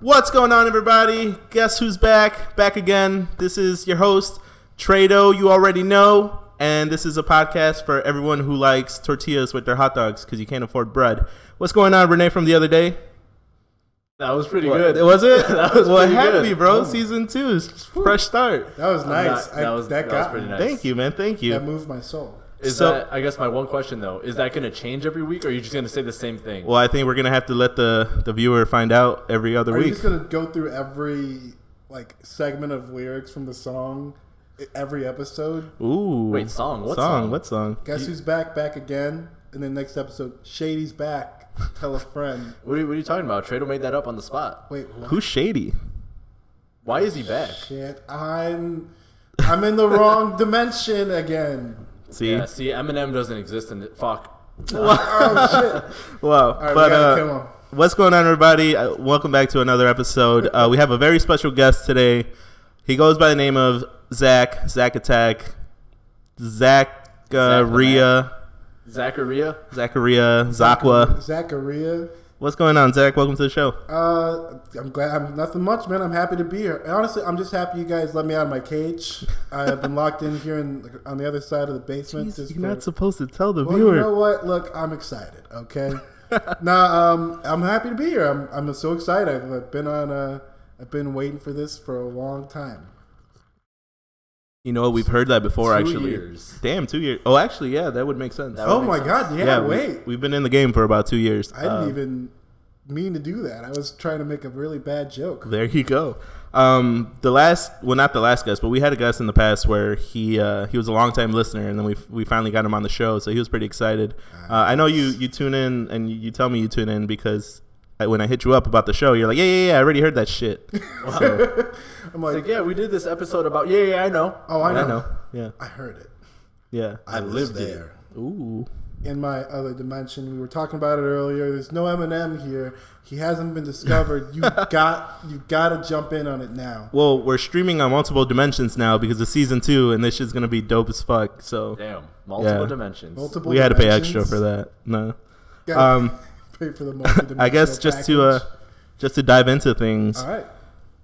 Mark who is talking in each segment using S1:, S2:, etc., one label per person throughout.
S1: What's going on, everybody? Guess who's back? Back again. This is your host, Trado, you already know. And this is a podcast for everyone who likes tortillas with their hot dogs because you can't afford bread. What's going on, Renee, from the other day?
S2: That was pretty
S1: What-
S2: good.
S1: Was it?
S2: That was
S1: well, it
S2: pretty
S1: had to
S2: good.
S1: be, bro. Season two, s- fresh start.
S3: That was nice.
S2: That, that
S3: I-
S2: was
S3: that
S2: that,
S3: got
S2: was pretty
S3: me.
S2: nice.
S1: Thank you, man. Thank
S3: That
S1: you.
S3: moved my soul.
S2: Is
S1: So-
S2: that I guess my one question though is that going to change every week, or are you just going to say the same thing?
S1: Well, I think we're gonna have to let the the viewer find out every other
S3: Are you
S1: week.
S3: just gonna go through every like segment of lyrics from the song, i- every episode?
S1: Ooh,
S2: Wait, song? What song?
S1: What song?
S3: Guess who's back? Back again. And then next episode, Shady's back. Tell a friend.
S2: what, are you, what are you talking about? Trado made that up on the spot.
S3: Wait, what?
S1: Who's shady?
S2: Why is he back?
S3: Shit, I'm I'm in the wrong dimension again.
S1: See,
S2: Yeah, see, Eminem doesn't exist in the fuck.
S3: Oh shit!
S1: wow.
S3: All right,
S1: but
S3: we gotta
S1: uh,
S3: kill him.
S1: What's going on, everybody? Uh, welcome back to another episode. Uh, we have a very special guest today. He goes by the name of Zach, Zach Attack, Zacharia,
S2: Zachariah.
S1: Zacharia, Zakwa.
S3: Zachariah.
S1: What's going on, Zach? Welcome to the show.
S3: Uh, I'm glad. I'm nothing much, man. I'm happy to be here. And honestly, I'm just happy you guys let me out of my cage. I've been locked in here in, on the other side of the basement.
S1: Jeez,
S3: just
S1: you're
S3: for-
S1: not supposed to tell the
S3: well,
S1: viewer.
S3: you know what? Look, I'm excited. Okay. nah, um, I'm happy to be here. I'm, I'm so excited. I've, I've been on. Uh, I've been waiting for this for a long time.
S1: You know what? We've heard that before,
S2: Two
S1: actually.
S2: years.
S1: Damn, two years. Oh, actually, yeah, that would make sense.
S2: That would
S3: Oh
S2: make
S3: my
S2: sense.
S3: God! Yeah,
S1: we-
S3: wait.
S1: We've been in the game for about two years.
S3: I didn't
S1: Uh,
S3: even mean to do that. I was trying to make a really bad joke.
S1: There you go. Um, the last, well, not the last guest, but we had a guest in the past where he uh, he was a long time listener, and then we we finally got him on the show, so he was pretty excited. Uh, I know you you tune in and you, you tell me you tune in because I, when I hit you up about the show, you're like, yeah, yeah, yeah, I already heard that shit. So,
S2: It's
S3: I'm like,
S2: like, yeah, we did this episode about. Yeah, yeah, I know.
S3: oh, I know.
S1: I know, yeah,
S3: I heard it.
S1: yeah.
S3: I, lived there.
S1: Ooh,
S3: in my other dimension. We were talking about it earlier. There's no Eminem here. He hasn't been discovered. You got you got to jump in on it now.
S1: well, we're streaming on multiple dimensions now because it's season two, and this shit's gonna be dope as fuck. So
S2: Damn, multiple
S1: Yeah.
S2: dimensions.
S3: Multiple.
S1: we had to pay
S3: dimensions.
S1: extra for that. No,
S3: Gotta
S1: um,
S3: pay for the multi-dimensional
S1: I guess just to uh,
S3: package.
S1: just to dive into things.
S3: All right.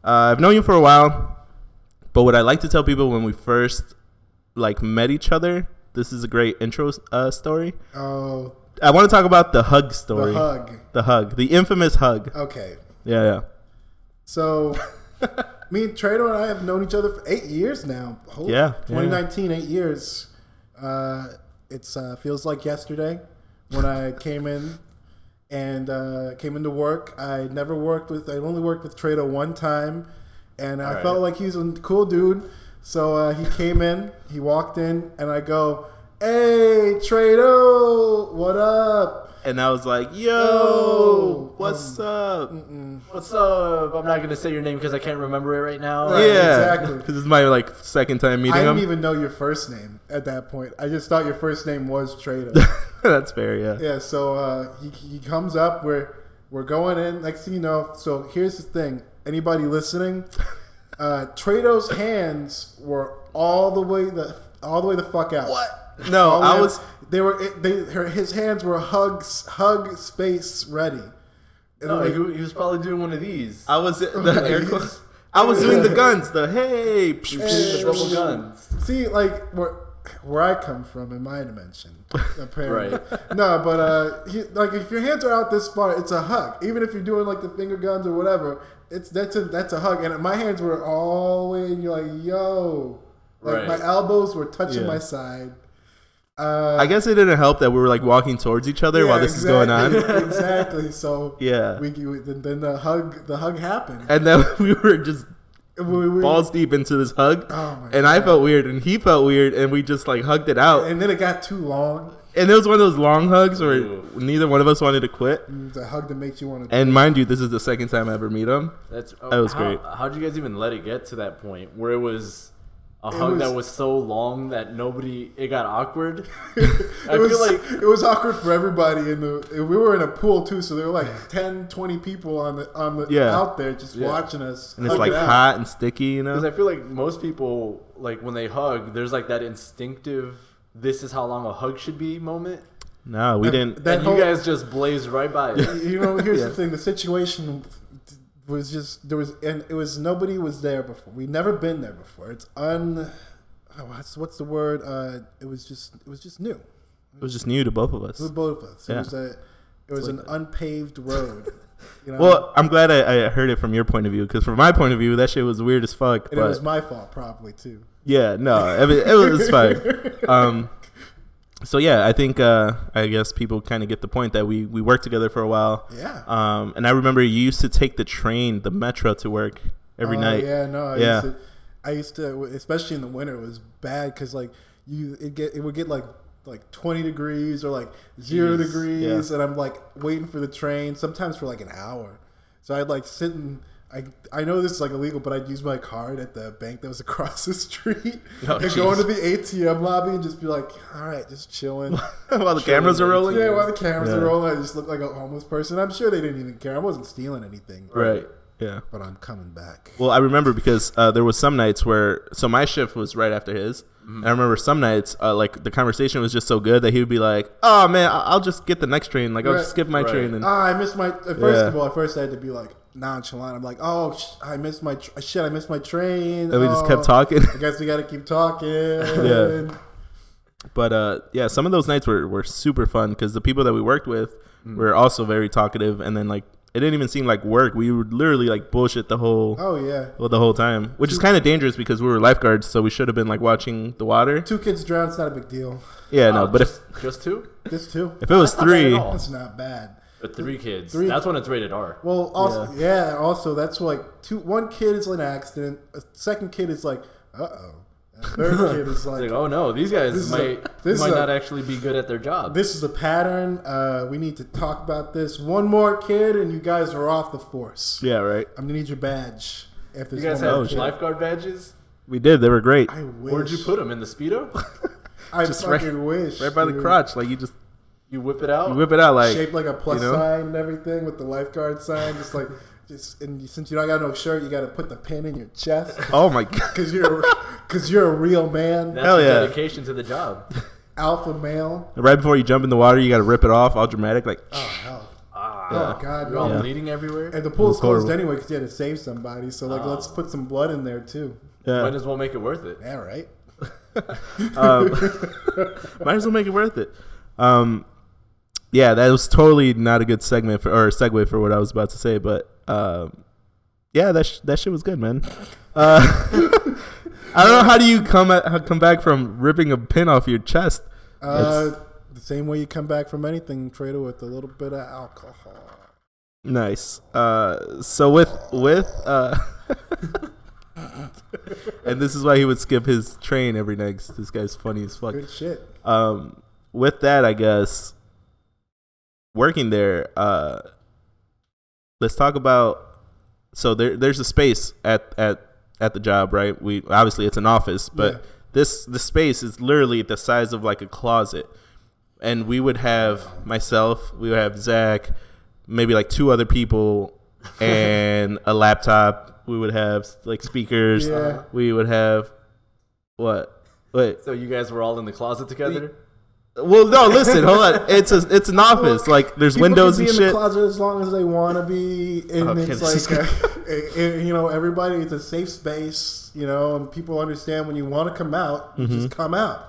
S1: Uh, I've known you for a while, but what I like to tell people when we first like met each other, this is a great intro uh, story.
S3: Oh,
S1: I want to talk about the hug
S3: the
S1: story.
S3: hug.
S1: The hug. The infamous hug.
S3: Okay.
S1: Yeah, yeah.
S3: So, me and Trado and I have known each other for eight years now. Holy-
S1: Yeah, yeah.
S3: 2019, eight years. Uh, it's uh, feels like yesterday when I came in and uh, came into work. I never worked with. I only worked with Trado one time, and I
S2: All
S3: felt
S2: right.
S3: like he's a cool dude. So uh, he came in, he walked in, and I go, "Hey, Trado, what up?"
S1: And I was like, "Yo,
S3: Oh,
S1: what's up?"
S3: Mm,
S2: What's up? I'm not going to say your name because I can't remember it right now.
S3: Right.
S1: yeah,
S3: exactly.
S1: Because it's my like second time meeting
S3: I
S1: him.
S3: didn't even know your first name at that point. I just thought your first name was Trado.
S1: That's fair. Yeah.
S3: Yeah, so uh, he, he comes up. We're we're going in. Next thing you know, so here's the thing. Anybody listening? Uh, Trado's hands were all the way the all the way the fuck out.
S1: What? No,
S3: All the
S1: I
S3: way-
S1: was.
S3: They were. it- They her, his hands were hugs hug space ready. And
S1: Oh,
S2: No,
S3: I'm like,
S2: he, he was probably doing one of these.
S1: I was the air quotes. I was doing the guns. The hey. psh, psh,
S2: the double guns.
S3: See, like where where I come from in my dimension, apparently.
S2: Right.
S3: No, but uh, he, like if your hands are out this far, it's a hug. Even if you're doing like the finger guns or whatever, it's that's a that's a hug. And my hands were all the way, and you're like, yo, like
S2: Right.
S3: my elbows were touching
S1: Yeah.
S3: my side. Uh,
S1: I guess it didn't help that we were like walking towards each other while
S3: yeah,
S1: this is going on.
S3: exactly, exactly. So
S1: Yeah.
S3: we, we then then the hug the hug happened.
S1: and then we were just
S3: We- we-
S1: balls deep into this hug.
S3: Oh my
S1: and I felt weird, and he felt weird, and we just like hugged it out. And,
S3: and then it got too long.
S1: it was one of those long hugs where
S2: Ooh.
S1: neither one of us wanted to quit.
S3: The hug that makes you want to.
S1: And mind you, this is the second time I ever meet him.
S2: That's oh,
S1: That was
S2: how,
S1: great.
S2: How'd you guys even let it get to that point where it was a hug
S3: was-
S2: that was so long that nobody it got awkward?
S3: it
S2: I
S3: was,
S2: feel like
S3: it was awkward for everybody in the we were in a pool too so there were like 10 20 people on the on the
S1: Yeah.
S3: out there just
S2: Yeah.
S3: watching us
S1: And it's
S3: hug
S1: like
S3: it out.
S1: hot and sticky, you know?
S2: because I feel like most people like when they hug, there's like that instinctive "this is how long a hug should be" moment,
S1: No, we
S3: And
S1: didn't.
S3: that
S2: and
S3: whole-
S2: you guys just blazed right by it.
S3: you know here's
S1: Yeah.
S3: the thing the situation was just there was and it was nobody was there before. We've never been there before. It's un oh, what's what's the word? Uh, it was just it was just new.
S1: It was just new to both of
S3: For
S1: us.
S3: both of us. It
S1: Yeah.
S3: was a it was an unpaved road. You know?
S1: Well, I'm glad I, I heard it from your point of view because from my point of view, that shit was weird as fuck.
S3: and
S1: but
S3: it was my fault probably too.
S1: yeah, no, I mean, it was fine. Um, so yeah, I think uh, I guess people kind of get the point that we we worked together for a while.
S3: Yeah.
S1: Um, and I remember you used to take the train, the metro, to work every
S3: Oh,
S1: night.
S3: Yeah, no, I
S1: Yeah.
S3: used to, I used to, especially in the winter, it was bad because like you, it get it would get like like twenty degrees or like zero
S2: Jeez,
S3: degrees, and I'm like waiting for the train sometimes for like an hour. So I'd like sit and I I know this is like illegal, but I'd use my card at the bank that was across the street
S1: Oh,
S3: and go
S1: jeez.
S3: into the ATM lobby and just be like, all right, just chilling.
S1: While the cameras are rolling.
S3: Yeah, while the cameras
S1: Yeah.
S3: are rolling, I just look like a homeless person. I'm sure they didn't even care. I wasn't stealing anything,
S1: Right. Yeah.
S3: but I'm coming back.
S1: Well, I remember because uh, there was some nights where so my shift was right after his.
S3: Mm-hmm.
S1: And I remember some nights uh, like the conversation was just so good that he would be like, "Oh man, I- I'll just get the next train. Like I'll just
S3: Right.
S1: skip my
S2: Right.
S1: train." And
S3: Ah, I missed my. At first
S1: Yeah.
S3: of all, at first I had to be like nonchalant. I'm like, oh sh- I missed my tr- shit. I missed my train.
S1: and we just
S3: Oh,
S1: kept talking.
S3: I guess we gotta keep talking.
S1: Yeah. but uh, yeah, some of those nights were, were super fun because the people that we worked with
S3: Mm.
S1: were also very talkative. And then like it didn't even seem like work. We would literally like bullshit the whole
S3: Oh yeah.
S1: well, the whole time, which is kind of dangerous because we were lifeguards, so we should have been like watching the water.
S3: Two kids drowned. It's not a big deal.
S1: Yeah,
S2: Oh,
S1: no, but if
S2: just, just two,
S3: This too.
S1: if it was
S2: not bad at
S1: three,
S2: all.
S3: That's not bad.
S2: Or three kids.
S3: Three-
S2: That's when it's rated R.
S3: Well, also yeah. Also, that's like two. One kid is an accident. A second kid is like, uh oh. Third kid is
S2: It's
S3: like,
S2: like, oh no, these guys
S3: This is
S2: might
S3: a- this
S2: might
S3: is a-
S2: not actually be good at their job.
S3: this is a pattern. Uh, we need to talk about this. One more kid, and you guys are off the force.
S1: yeah, right.
S3: I'm gonna need your badge. If
S2: you guys
S3: there's one
S2: have
S3: more
S1: Oh, shit.
S3: kid.
S2: lifeguard badges.
S1: We did. They were great.
S3: I wish.
S2: Where'd you put them in the speedo?
S3: I
S1: Just right-
S3: fucking wish.
S1: right by the
S3: dude.
S1: crotch. Like you just
S2: You whip it out.
S1: you whip it out. Like
S3: Shaped like a plus
S1: you know?
S3: sign and everything with the lifeguard sign. Just like, just and you- since you don't got no shirt, you got to put the pin in your chest
S1: oh my god,
S3: because you're because you're a real man,
S2: That's
S1: Hell
S2: your
S1: yeah.
S2: dedication to the job.
S3: alpha male.
S1: right before you jump in the water, you got to rip it off, all dramatic. Like
S3: Oh hell,
S2: Ah,
S3: oh god,
S2: You're all
S3: no.
S2: bleeding everywhere.
S3: And the pool's
S1: That's horrible.
S3: closed anyway because you had to save somebody. So like,
S1: Oh.
S3: let's put some blood in there too.
S1: yeah,
S2: Might as well make it worth it.
S3: Yeah, right.
S1: um, might as well make it worth it. Um, yeah, that was totally not a good segment for or segue for what I was about to say, but um, yeah, that sh- that shit was good, man. Uh, I don't know how do you come at, how come back from ripping a pin off your chest.
S3: Uh, the same way you come back from anything, trader, with a little bit of alcohol.
S1: Nice. Uh, so with with uh, and this is why he would skip his train every night. 'cause This guy's funny as fuck.
S3: Good shit.
S1: Um, with that, I guess working there. Uh, let's talk about. So there, there's a space at at at the job, right? We obviously it's an office, but
S3: Yeah.
S1: this the space is literally the size of like a closet, and we would have myself, we would have Zach, maybe like two other people, and a laptop. We would have like speakers.
S3: Yeah.
S1: We would have what? Wait,
S2: So you guys were all in the closet together.
S1: well, no, listen, hold on. It's a, it's an office. Like there's
S3: People
S1: windows and
S3: can be in the
S1: shit.
S3: closet as long as they want to be, and
S1: Okay,
S3: it's
S1: this
S3: like uh, uh, you know everybody. It's a safe space, you know, and people understand when you want to come out, you just come out of the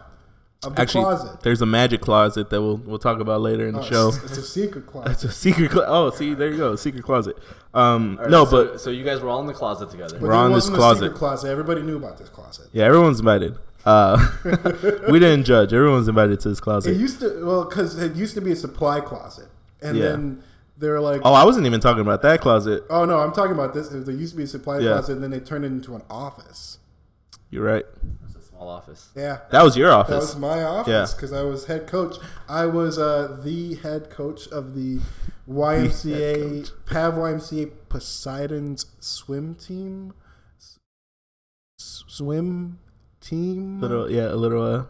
S1: Mm-hmm. Actually,
S3: closet.
S1: there's a magic closet that we'll we'll talk about later in the
S3: Oh,
S1: show.
S3: it's, it's a secret
S1: It's
S3: closet.
S1: a secret. Cl- oh, see, there you go, secret closet. Um,
S2: All right,
S1: no,
S2: so-
S1: but
S2: so you guys were all in the closet together.
S1: We're on
S3: it
S1: this
S3: wasn't A
S1: closet.
S3: secret closet. Everybody knew about this closet.
S1: yeah, everyone's invited. Uh, we didn't judge. Everyone's invited to this
S3: It
S1: closet.
S3: used to well because it used to be a supply closet, and
S1: Yeah.
S3: then they're like,
S1: Oh, I wasn't even talking about that closet.
S3: oh no, I'm talking about this. There used to be a supply
S1: Yeah.
S3: closet, and then they turned it into an office.
S1: You're right.
S2: It's a small office.
S3: Yeah.
S1: That was your
S3: That
S1: office.
S3: was my office
S1: Yeah.
S3: because I was head coach. I was uh, the head coach of the YMCA,
S1: coach.
S3: Pav YMCA Poseidon's swim team. S- swim team?
S1: little, yeah, a little. Uh,
S2: You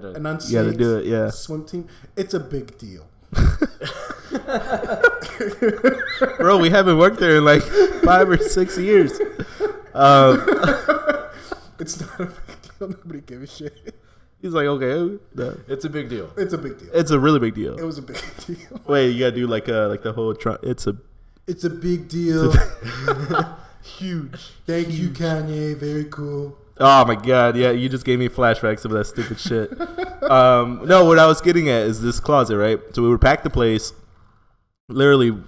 S2: gotta,
S3: Enunciate.
S1: you got to do it. Yeah,
S3: Swim team. It's a big deal.
S1: bro, we haven't worked there in like five or six years. Um,
S3: It's not a big deal. Nobody gives a shit.
S1: he's like, okay, uh, no.
S2: it's a big deal.
S3: It's a big deal.
S1: it's a really big deal.
S3: It was a big deal.
S1: Wait, you gotta do like uh like the whole Trump. It's a
S3: It's a big deal.
S2: Huge.
S3: Thank you, Kanye. Very cool.
S1: Oh my god, yeah, you just gave me flashbacks of that stupid shit. Um, no, what I was getting at is this closet, right? So we would pack the place. Literally,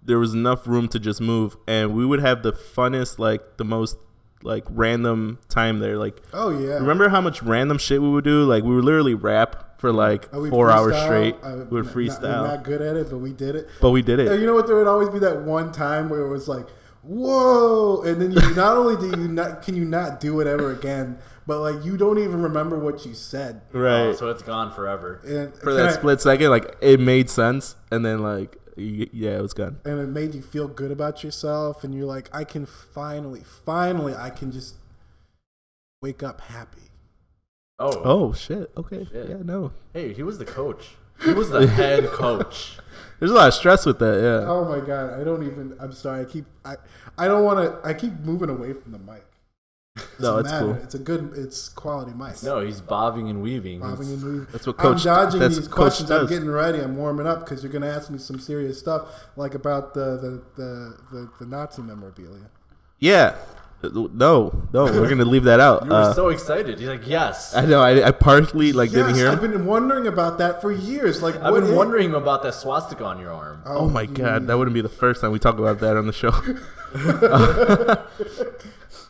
S1: there was enough room to just move, and we would have the funnest, like the most, like random time there. Like,
S3: Oh yeah.
S1: remember how much random shit we would do? Like, we would literally rap for like
S3: Uh, we
S1: four hours
S3: freestyle.
S1: straight.
S3: Uh,
S1: we would
S3: n- not- we're
S1: freestyle,
S3: Not, good at it, but we did it.
S1: but we did
S3: And
S1: it.
S3: you know what? There would always be that one time where it was like, "Whoa!" And then you not only do you not can you not do it ever again, but like you don't even remember what you said.
S1: Right.
S2: Oh, so it's gone forever.
S3: And
S1: for that
S3: and I-
S1: split second, like it made sense, and then like y- yeah, it was gone.
S3: and it made you feel good about yourself, and you're like, "I can finally, finally, I can just wake up happy."
S2: Oh,
S1: Oh shit. Okay.
S2: Shit.
S1: Yeah. No.
S2: hey, he was the coach. He was the head coach.
S1: There's a lot of stress with that. Yeah.
S3: Oh my god! I don't even. I'm sorry. I keep. I. I don't want to. I keep moving away from the mic.
S1: no,
S3: Doesn't
S1: it's
S3: matter.
S1: cool.
S3: It's a good. It's quality mic.
S2: No, he's bobbing and weaving.
S3: Bobbing and weaving.
S1: That's what
S3: I'm
S1: coach.
S3: dodging
S1: that's
S3: these
S1: what coach
S3: questions. I'm
S1: does.
S3: getting ready. I'm warming up because you're going to ask me some serious stuff, like about the the, the, the, the Nazi memorabilia.
S1: yeah. No, no, we're gonna leave that out.
S2: You were
S1: Uh,
S2: so excited. He's like, yes.
S1: I know. I, I partially like didn't
S3: yes,
S1: hear.
S3: I've
S1: Him.
S3: been wondering about that for years. Like,
S2: I've
S3: what
S2: been
S3: is-
S2: wondering about that swastika on your arm.
S1: Oh my god, that wouldn't be the first time we talk about that on the show.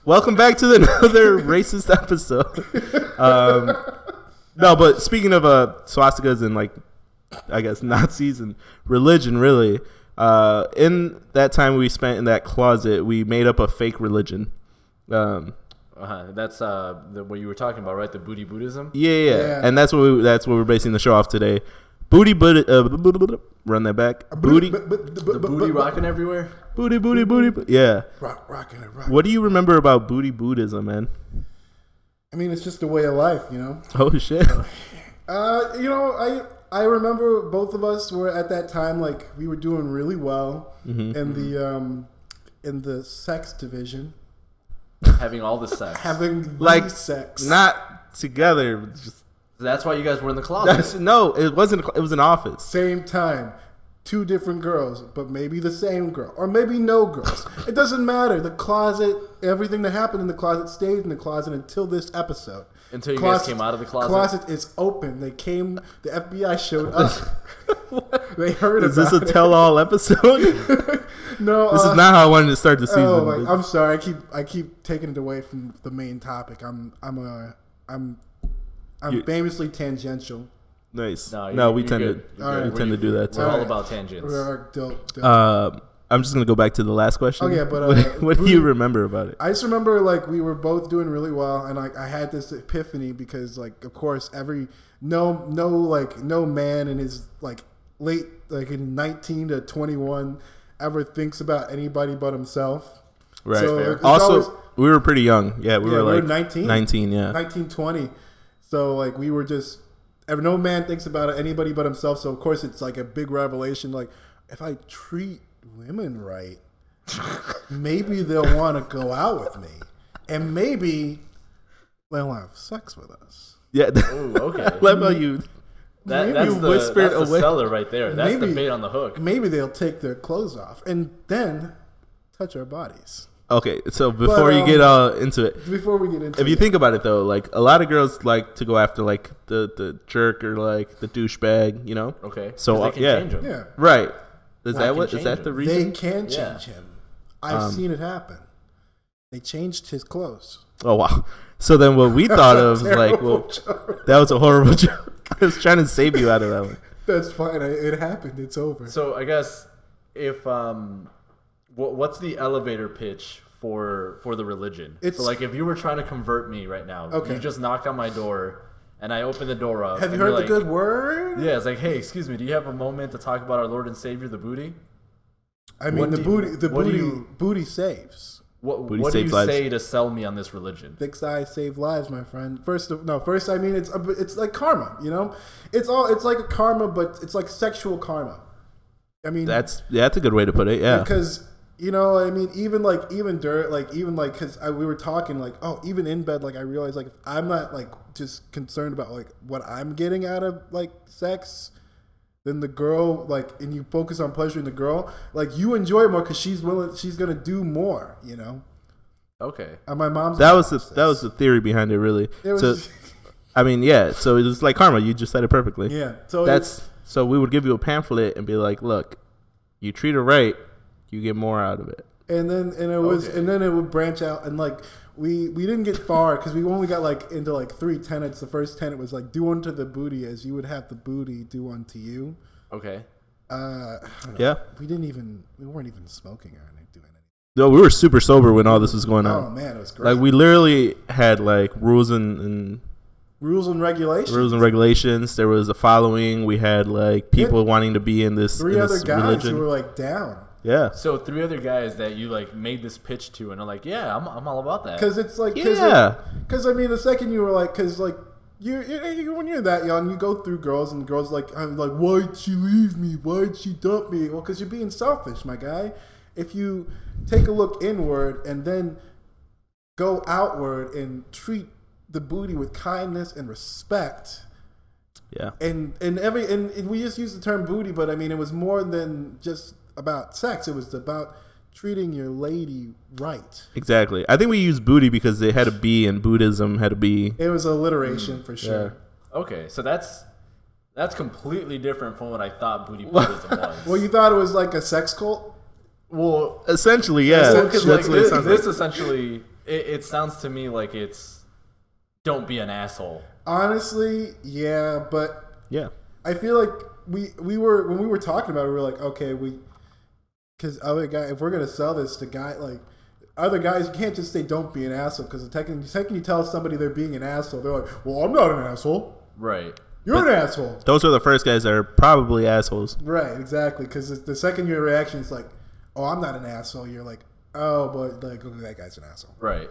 S1: Welcome back to another racist episode. Um, no, but speaking of uh, swastikas and like, I guess Nazis and religion, really. Uh, in that time we spent in that closet, we made up a fake religion. Um,
S2: Uh, that's uh, the, what you were talking about, right? The booty Buddhism.
S1: yeah, yeah,
S3: Yeah.
S1: and that's what we, that's what we're basing the show off today. Booty, booty, uh, bu- bu- bu- bu- run that back. Booty,
S3: But- but- but-
S2: The
S3: but-
S2: booty
S3: but-
S2: rocking everywhere.
S1: booty, booty, booty. bu- Yeah.
S3: Rock, rocking it, rock.
S1: What do you remember about booty Buddhism, man?
S3: I mean, it's just a way of life, you know.
S1: Oh shit.
S3: Uh, you know, I I remember both of us were at that time like we were doing really well
S1: Mm-hmm.
S3: in the um in the sex division,
S2: Having all the sex.
S3: having the
S1: Like,
S3: sex.
S1: Not together. Just
S2: That's why you guys were in the closet.
S1: that's,
S3: Oh.
S1: no. It wasn't. It was an office.
S3: same time, two different girls, but maybe the same girl, or maybe no girls. it doesn't matter. The closet, everything that happened in the closet stayed in the closet until this episode.
S2: Until you guys came out of the closet.
S3: Closet is open. They came. The FBI showed up. they heard
S1: Is
S3: about
S1: this a
S3: it.
S1: tell-all episode? this
S3: no, uh,
S1: is not how I wanted to start the season.
S3: Oh, my, I'm sorry. I keep I keep taking it away from the main topic. I'm I'm a I'm I'm
S1: You-
S3: famously tangential.
S1: nice. No,
S2: you-
S1: we
S2: you're
S1: tend to
S2: good. You're
S3: All
S2: good.
S3: right.
S1: we tend to do that.
S2: We're
S1: Too.
S2: all
S3: Alright.
S2: about tangents.
S3: We're dope, dope.
S1: Um, I'm just gonna go back to the last question.
S3: Oh, yeah, but, uh,
S1: what, what do
S3: booty-
S1: you remember about it?
S3: I just remember like we were both doing really well, and like I had this epiphany because like of course every no no like no man in his like late like in nineteen to twenty one ever thinks about anybody but himself.
S1: Right.
S3: so it's
S1: also,
S3: always-
S1: we were pretty young. Yeah, we
S3: Yeah,
S1: were
S3: we were
S1: like
S3: 19.
S1: 19. Yeah.
S3: Nineteen twenty, so like we were just ever no man thinks about anybody but himself. So of course it's like a big revelation. Like if I treat women right, maybe they'll want to go out with me, and maybe they'll have sex with us.
S1: Yeah.
S2: Ooh, okay.
S1: Love how you.
S2: That,
S3: Maybe
S2: that's
S3: you
S2: the,
S1: whispered
S2: that's the
S1: away.
S2: seller right there. That's the
S3: Maybe-
S2: bait on the hook.
S3: Maybe they'll take their clothes off and then touch our bodies.
S1: Okay, so before you
S3: um,
S1: get all into it,
S3: Before we get into
S1: if you
S3: it,
S1: think about it though, like a lot of girls like to go after like the the jerk or like the douchebag, you know?
S2: Okay.
S1: So,
S2: 'Cause
S1: uh,
S2: they can
S1: yeah.
S2: change 'em.
S3: yeah,
S1: Right. Is
S2: I
S1: that
S2: can
S1: what is
S2: change
S1: that the
S2: it.
S1: reason? Um,
S3: they can change
S2: Yeah.
S3: him. I've seen it happen. They changed his clothes.
S1: oh wow. So then what we thought of was like,
S3: Terrible
S1: well,
S3: joke.
S1: that was a horrible joke. I was trying to save you out of that one.
S3: That's fine. I, it happened. It's over.
S2: So I guess if um, what, what's the elevator pitch for for the religion?
S3: It's-
S2: so like if you were trying to convert me right now,
S3: Okay.
S2: you just knocked on my door and I opened the door up.
S3: Have you
S2: and
S3: heard
S2: you're
S3: the
S2: like-
S3: good word?
S2: Yeah, it's like, hey, excuse me, do you have a moment to talk about our Lord and Savior, the booty?
S3: I mean,
S2: What
S3: the
S2: do you-
S3: booty, the
S2: what do
S3: booty,
S2: you-
S3: booty saves.
S2: What,
S1: Booty
S2: what do
S1: saves
S2: you
S1: lives.
S2: say to sell me on this religion?
S3: Thick eyes save lives, my friend. First of no, first I mean it's uh, it's like karma. You know, it's all it's like a karma, but it's like sexual karma. I mean,
S1: That's yeah, that's a good way to put it. Yeah.
S3: because you know i mean even like even dirt like even like because we were talking like oh even in bed like i realized like if i'm not like just concerned about like what i'm getting out of like sex than the girl like and you focus on pleasuring the girl like you enjoy it more because she's willing she's gonna do more you know
S2: Okay.
S3: and my mom's
S1: That was the that was the theory behind it, really.
S3: It was-
S1: so, I mean, yeah. So it was like karma. You just said it perfectly.
S3: yeah so
S1: That's
S3: it's-
S1: so we would give you a pamphlet and be like, look, you treat her right, you get more out of it.
S3: and then and it was
S2: Okay.
S3: and then it would branch out and like we we didn't get far because we only got like into like three tenets the first tenet was like do unto the booty as you would have the booty do unto you
S2: Okay.
S3: uh I don't know.
S1: Yeah.
S3: we didn't even we weren't even smoking or anything doing anything
S1: No, we were super sober when all this was going
S3: oh
S1: on.
S3: man it was great
S1: Like we literally had like rules and, and
S3: rules and regulations
S1: rules and regulations. There was a following. We had like people wanting to be in this,
S3: three
S1: in
S3: other
S1: this
S3: guys
S1: religion.
S3: who were like down
S1: yeah.
S2: So three other guys that you like made this pitch to and are like, yeah, I'm, I'm all about that.
S3: because it's like cause
S1: Yeah.
S3: because I mean the second you were like because like you, you you- when you're that young you go through girls and girls like I'm like why'd she leave me why'd she dump me well because you're being selfish my guy if you take a look inward and then go outward and treat the booty with kindness and respect
S1: Yeah.
S3: and and every and, and we just used the term booty, but I mean it was more than just about sex. It was about treating your lady right.
S1: Exactly. I think we used booty because it had a B and Buddhism had a B.
S3: It was alliteration for sure.
S2: okay. So that's that's completely different from what I thought booty Buddhism was.
S3: Well, you thought it was like a sex cult.
S2: well,
S1: Essentially, yeah.
S2: Well, 'cause,
S1: That's
S2: like,
S1: what it
S2: this,
S1: sounds
S2: this
S1: like.
S2: essentially, it, it sounds to me like it's don't be an asshole.
S3: Honestly, yeah, but
S1: Yeah.
S3: I feel like we we were when we were talking about it, we were like, okay, we because other guy, if we're gonna sell this to guy like other guys, you can't just say don't be an asshole because the second the second you tell somebody they're being an asshole, they're like, well, I'm not an asshole.
S2: Right.
S3: You're an asshole.
S1: Those are the first guys that are probably assholes.
S3: Right, exactly. Because the second your reaction is like, "Oh, I'm not an asshole," you're like, "Oh, but like okay, that guy's an asshole."
S2: Right.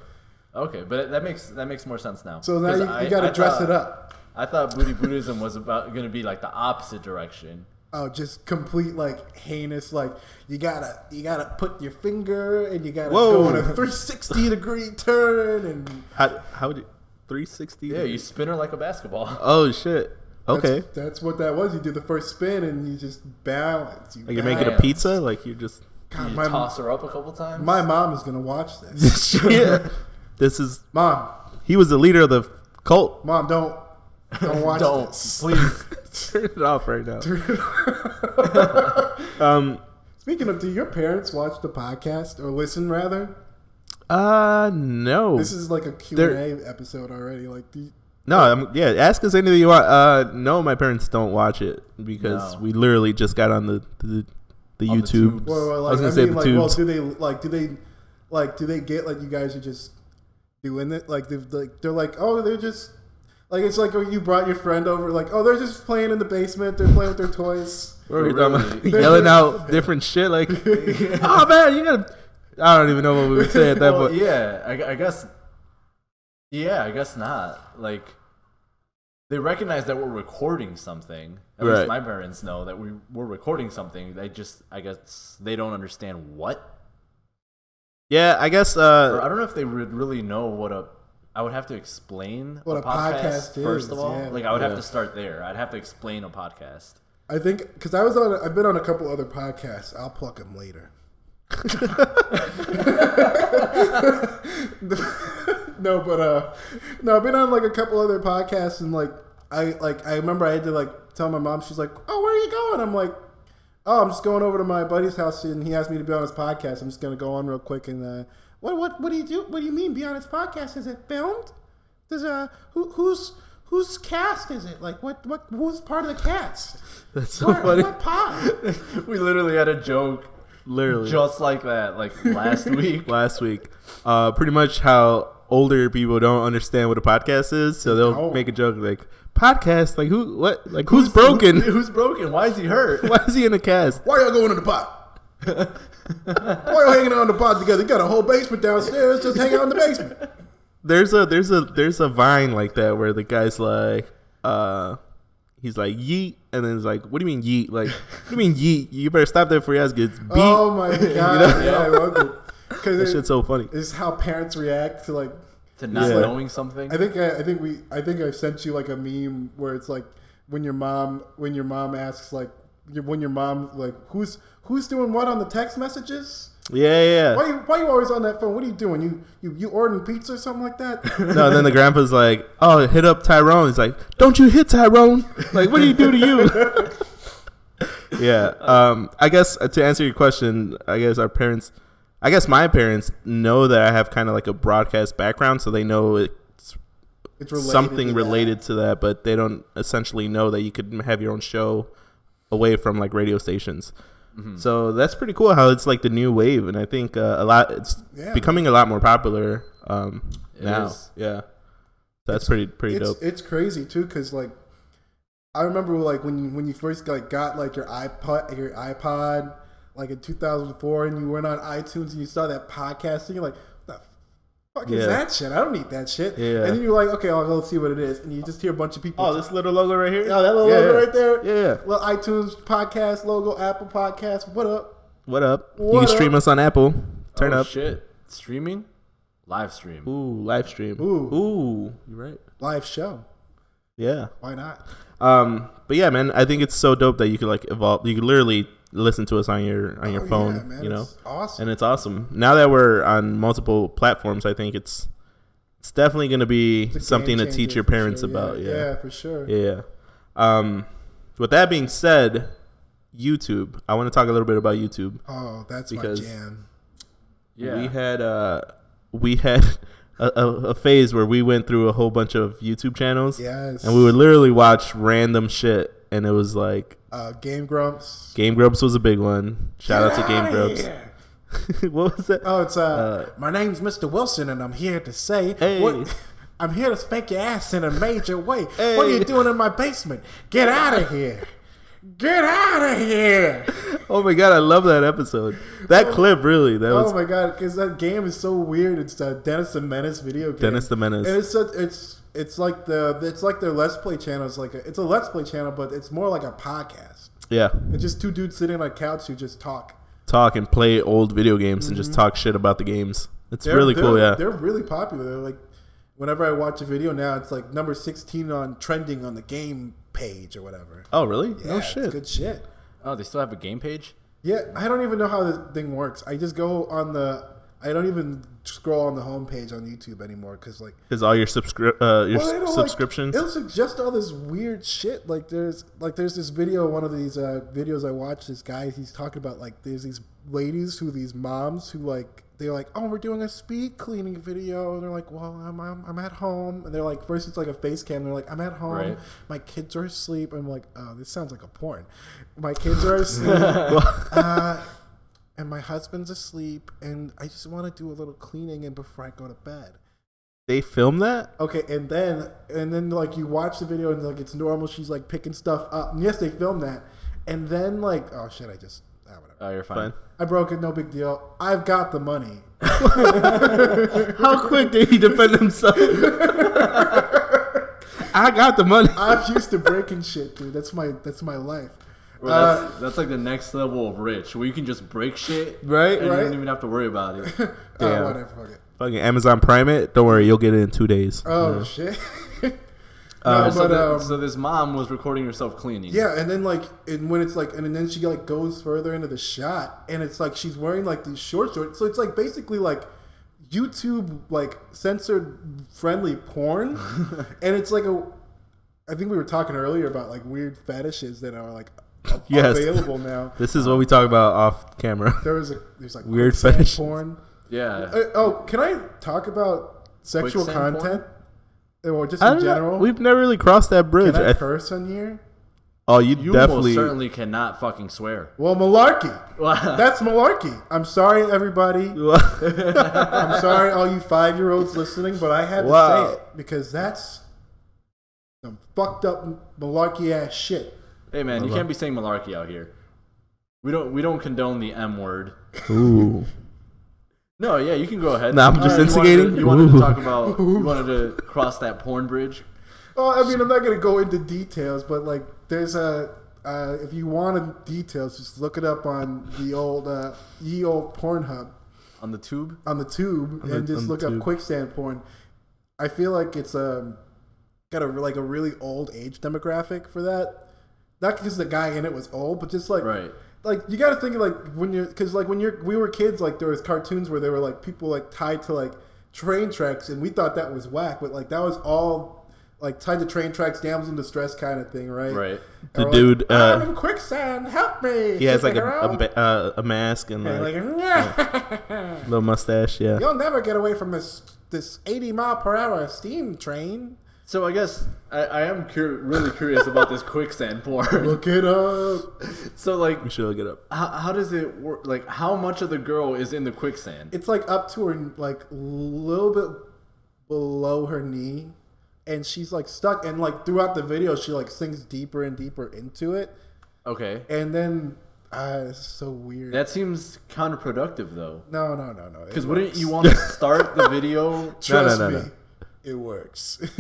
S2: Okay, but that makes that makes more sense now.
S3: So now
S2: 'Cause
S3: you,
S2: I-
S3: you got
S2: I
S3: to dress
S2: thought-
S3: it up.
S2: I thought booty Buddhism was about going to be like the opposite direction.
S3: Oh, just complete like heinous. Like you gotta you gotta put your finger and you gotta go
S1: Whoa.
S3: in a 360 degree turn and
S1: How how would you, 360?
S2: Yeah, you spin her like a basketball.
S1: Oh shit. Okay.
S3: That's, that's what that was. You do the first spin and you just balance. You
S1: Like you're making a
S2: Damn.
S1: pizza? Like you just
S3: God,
S2: you
S3: my,
S2: toss her up a couple times.
S3: my mom is gonna watch this.
S1: yeah. This is
S3: mom,
S1: he was the leader of the cult.
S3: mom, don't don't watch
S2: don't
S3: this.
S2: please.
S1: Turn it off right now. um
S3: Speaking of, do your parents watch the podcast or listen rather?
S1: uh no.
S3: This is like a Q&A
S1: They're-
S3: episode already. Like, do you-
S1: No, I'm, yeah, ask us anything you want. Uh no, my parents don't watch it because
S2: No.
S1: we literally just got on the the, the
S2: On the
S1: YouTube.
S2: tubes.
S3: well, well,
S1: I was
S3: like, I,
S1: gonna say
S3: mean,
S1: the
S3: like, well,
S1: tubes.
S3: do they like, do they like, do they get like you guys are just doing it? Like, they've like, they're like, oh, they're just like, it's like when you brought your friend over, like, oh, they're just playing in the basement. They're playing with their toys.
S1: What were we talking about?
S2: Really?
S1: Yelling out different shit like, oh man, you gotta. I don't even know what we would say at that
S2: Well,
S1: point.
S2: yeah, I, gu- I guess. Yeah, I guess not. Like, they recognize that we're recording something. At
S1: Right.
S2: least my parents know that we we're recording something. They just, I guess, they don't understand what.
S1: Yeah, I guess.
S2: Or
S1: Uh,
S2: I don't know if they would really know what a. I would have to explain
S3: What a podcast
S2: first
S3: is,
S2: of all.
S3: yeah.
S2: Like, I would
S1: Yeah.
S2: have to start there. I'd have to explain a podcast.
S3: I think because I was on, I've been on a couple other podcasts. I'll pluck them later. no, but uh, no, I've been on like a couple other podcasts, and like I like I remember I had to like tell my mom. She's like, "Oh, where are you going?" I'm like, "Oh, I'm just going over to my buddy's house, and he asked me to be on his podcast. I'm just gonna go on real quick and uh, what what what do you do? What do you mean be on his podcast? Is it filmed? Does uh who who's whose cast is it? Like what what who's part of the cast?
S1: that's so
S3: What,
S1: funny.
S3: what pod?
S2: we literally had a joke
S1: Literally,
S2: just like that, like last week.
S1: last week, uh, pretty much how older people don't understand what a podcast is, so they'll
S3: don't.
S1: make a joke like, "Podcast? Like who? What? Like who's, broken?
S2: Who's broken? Why is he hurt?
S1: Why is he in a cast?"
S3: Why y'all going in the pod? Why y'all hanging out in the pod together? You got a whole basement downstairs. Just hang out in the basement.
S1: There's a there's a there's a vine like that where the guy's like, uh, he's like yeet, and then it's like, "What do you mean yeet? Like what do you mean yeet? You better stop that before your ass gets beat."
S3: Oh my god! Yeah, I love it
S1: that
S3: because
S1: shit's so funny.
S3: it's how parents react to like.
S2: to not
S1: Yeah.
S2: knowing something.
S3: I think I, I think we I think I sent you like a meme where it's like when your mom when your mom asks like your- when your mom like who's who's doing what on the text messages?
S1: Yeah, yeah.
S3: Why you why you always on that phone? What are you doing? You you you ordering pizza or something like that?
S1: No, and then the grandpa's like, "Oh, hit up Tyrone." He's like, "Don't you hit Tyrone? Like, what do you do to you?" yeah. Um. I guess uh, to answer your question, I guess our parents, I guess my parents know that I have kind of like a broadcast background, so they know it's
S3: It's related
S1: something
S3: to that.
S1: related to that, but they don't essentially know that you could m- have your own show away from like radio stations. So that's pretty cool how it's like the new wave, and I think uh, a lot it's
S3: Yeah.
S1: becoming a lot more popular um,
S2: It
S1: now.
S2: is.
S1: Yeah, that's pretty pretty
S3: it's
S1: dope.
S3: it's crazy too because like I remember like when you when you first like got like your iPod your iPod like in 2004 and you went on iTunes and you saw that podcast and you're like what the fuck is
S1: Yeah.
S3: that shit I don't need that shit
S1: Yeah.
S3: and then you're like okay I'll go see what it is and you just hear a bunch of people
S1: oh, this little logo right here.
S3: oh that little
S1: Yeah,
S3: logo
S1: yeah.
S3: right there
S1: Yeah.
S3: little iTunes podcast logo Apple podcast what up
S1: What up? you
S3: What
S1: can stream
S3: up?
S1: us on Apple. Turn
S2: oh,
S1: up.
S2: Shit. Streaming? Live stream.
S1: Ooh, live stream.
S3: Ooh.
S1: Ooh, you're right.
S3: live show
S1: Yeah.
S3: why not
S1: Um, but yeah, man, I think it's so dope that you could like evolve. You could literally listen to us on your on your
S3: Oh,
S1: phone.
S3: yeah, man,
S1: you know,
S3: it's awesome.
S1: and it's awesome. Now that we're on multiple platforms, I think it's it's definitely going to be
S3: It's a
S1: something to
S3: game
S1: teach
S3: changer
S1: your
S3: for
S1: parents
S3: sure,
S1: about. Yeah,
S3: yeah for sure
S1: yeah. Um, with that being said, YouTube. I want to talk a little bit about YouTube.
S3: oh that's
S1: Because-
S3: my jam.
S2: Yeah.
S1: We had uh, we had a, a, a phase where we went through a whole bunch of YouTube channels.
S3: Yes.
S1: And we would literally watch random shit, and it was like
S3: Uh, Game Grumps.
S1: Game Grumps was a big one. Shout out to Game Grumps.
S3: Yeah.
S1: what was that?
S3: Oh, it's uh, my name's Mr. Wilson, and I'm here to say,
S1: Hey.
S3: what, I'm here to spank your ass in a major way. What are
S1: Hey.
S3: you doing in my basement? Get out of here! Get out of here!
S1: oh my god, I love that episode. That clip really. That
S3: Oh
S1: was
S3: my god, because that game is so weird. It's uh, Dennis the Menace video game.
S1: Dennis the Menace.
S3: And it's such, it's it's like the it's like their Let's Play channel. It's like a, it's a Let's Play channel, but it's more like a podcast.
S1: yeah.
S3: It's just two dudes sitting on a couch who just talk.
S1: Talk and play old video games and just talk shit about the games. It's
S3: Mm-hmm. They're-
S1: really
S3: they're-
S1: cool. Yeah.
S3: they're really popular. They're like, whenever I watch a video now, it's like number sixteen on trending on the game page or whatever.
S1: Oh really?
S3: Yeah,
S1: no
S3: it's
S1: shit.
S3: good shit.
S2: oh, they still have a game page?
S3: Yeah, I don't even know how this thing works. I just go on the. I don't even scroll on the homepage on YouTube anymore because like
S1: Because all your subscri- uh, your
S3: Well,
S1: s-
S3: they don't, like-
S1: subscriptions.
S3: it'll suggest all this weird shit. Like there's like there's this video, one of these uh, videos I watched. This guy, he's talking about like there's these ladies who these moms who like they're like, oh, we're doing a speed cleaning video, and they're like, well, I'm I'm, I'm at home, and they're like, first it's like a face cam, they're like, I'm at home,
S2: Right.
S3: my kids are asleep. I'm like, oh, this sounds like a porn. My kids are asleep. uh, and my husband's asleep, and I just want to do a little cleaning and before I go to bed.
S1: they film that.
S3: Okay, and then and then like you watch the video and like it's normal. She's like picking stuff up. And yes, they filmed that. And then like oh shit, I just ah, whatever.
S2: Oh, you're fine.
S1: Fine.
S3: I broke it, no big deal. I've got the money.
S1: How quick did he defend himself? I got the money.
S3: I'm used to breaking shit, dude. That's my that's my life.
S2: Bro, that's, that's like the next level of rich, where you can just break shit,
S1: Right,
S2: And
S3: right.
S2: you don't even have to worry about it.
S1: Damn.
S3: Oh, whatever. Fuck it.
S1: Fucking Amazon Prime it. Don't worry, you'll get it in two days.
S3: Oh shit. no,
S2: Uh, so,
S3: but
S2: the-
S3: um,
S2: so this mom was recording herself cleaning.
S3: Yeah, and then like, and when it's like, and then she like goes further into the shot, and it's like she's wearing like these short shorts, so it's like basically like YouTube like censored friendly porn, and it's like a. I think we were talking earlier about like weird fetishes that are like a-
S1: Yes.
S3: available now.
S1: This is what we talk about off camera.
S3: There was a there's like
S1: Weird
S3: quicksand
S1: fetishes.
S3: porn.
S2: Yeah.
S3: Uh, oh, can I talk about sexual
S2: Quicksand porn?
S3: content? Or just
S1: I
S3: in
S1: don't know.
S3: general?
S1: We've never really crossed that bridge.
S3: can I
S1: I-
S3: curse on here?
S1: oh, you,
S2: You
S1: definitely.
S2: most certainly cannot fucking swear.
S3: Well, malarkey. That's malarkey. I'm sorry, everybody. I'm sorry, all you five year olds listening, but I had to
S1: Wow.
S3: say it because that's some fucked up malarkey ass shit.
S2: hey man, you can't be saying malarkey out here. We don't we don't condone the M word.
S1: Ooh.
S2: No, yeah, you can go ahead.
S1: Nah, I'm just
S2: you
S1: instigating.
S2: wanted to- You wanted, to,
S1: Ooh.
S2: talk about you wanted to cross that porn bridge.
S3: Oh, I mean, I'm not gonna go into details, but like, there's a uh, if you want details, just look it up on the old uh, ye old Pornhub
S2: On the tube?
S3: on the tube
S1: the-
S3: and
S1: on
S3: just
S1: the
S3: look
S1: tube.
S3: up quicksand porn. I feel like it's um got a like a really old age demographic for that. not because the guy in it was old, but just like
S2: Right.
S3: like you got to think of, like when you're because like when you're we were kids, like there was cartoons where there were like people like tied to like train tracks, and we thought that was whack, but like that was all like tied to train tracks, damsel in distress kind of thing, right?
S2: Right.
S1: The
S3: Or,
S1: dude,
S3: like,
S1: uh,
S3: I'm in quicksand, help me.
S1: He has like a
S3: Girl.
S1: a, ba- uh, a mask and
S3: And,
S1: like,
S3: like,
S1: little mustache. Yeah.
S3: you'll never get away from this this 80 mile per hour steam train.
S2: So I guess I, I am cur- really curious about this quicksand porn.
S3: Look it up.
S2: so like,
S1: We should look it up.
S2: how, how does it work? Like, how much of the girl is in the quicksand?
S3: It's like up to her, like a little bit below her knee, and she's like stuck. And like throughout the video, she like sinks deeper and deeper into it,
S2: okay,
S3: and then uh, it's so weird.
S2: that seems counterproductive though.
S3: no, no, no, no.
S2: Because wouldn't you want to start the video?
S3: Trust
S1: no,
S3: me,
S1: no.
S3: it works.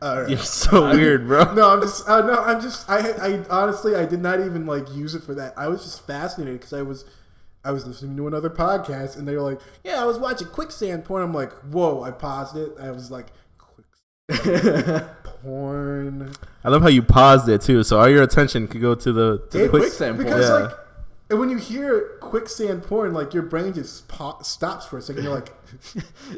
S3: All right.
S1: You're so weird, bro.
S3: No, I'm just. Uh, no, I'm just. I, I honestly, I did not even like use it for that. I was just fascinated because I was, I was listening to another podcast and they were like, "Yeah, I was watching quicksand porn." I'm like, "Whoa!" I paused it. I was like, "Quicksand porn."
S1: I love how you paused it too, so all your attention could go to the to the
S3: It-
S1: quick.
S2: quicksand porn.
S3: because
S1: Yeah.
S3: like, and when you hear quicksand porn, like your brain just pa- stops for a second. You're like,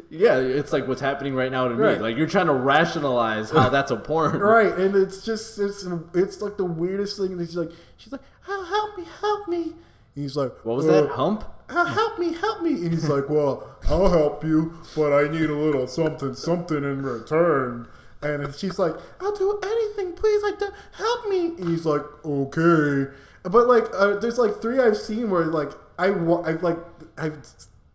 S2: yeah, it's like what's happening right now to me.
S3: Right.
S2: Like you're trying to rationalize how that's a porn.
S3: right, and it's just it's it's like the weirdest thing. And she's like, she's like, oh, "Help me, help me." And he's like,
S2: What was
S3: "Uh,
S2: that hump?
S3: "Uh, help me, help me. And he's like, well, I'll help you, but I need a little something, something in return. And she's like, I'll do anything, please, like, do- help me. And he's like, okay. But like, uh, there's like three I've seen where like I wa- I've like I've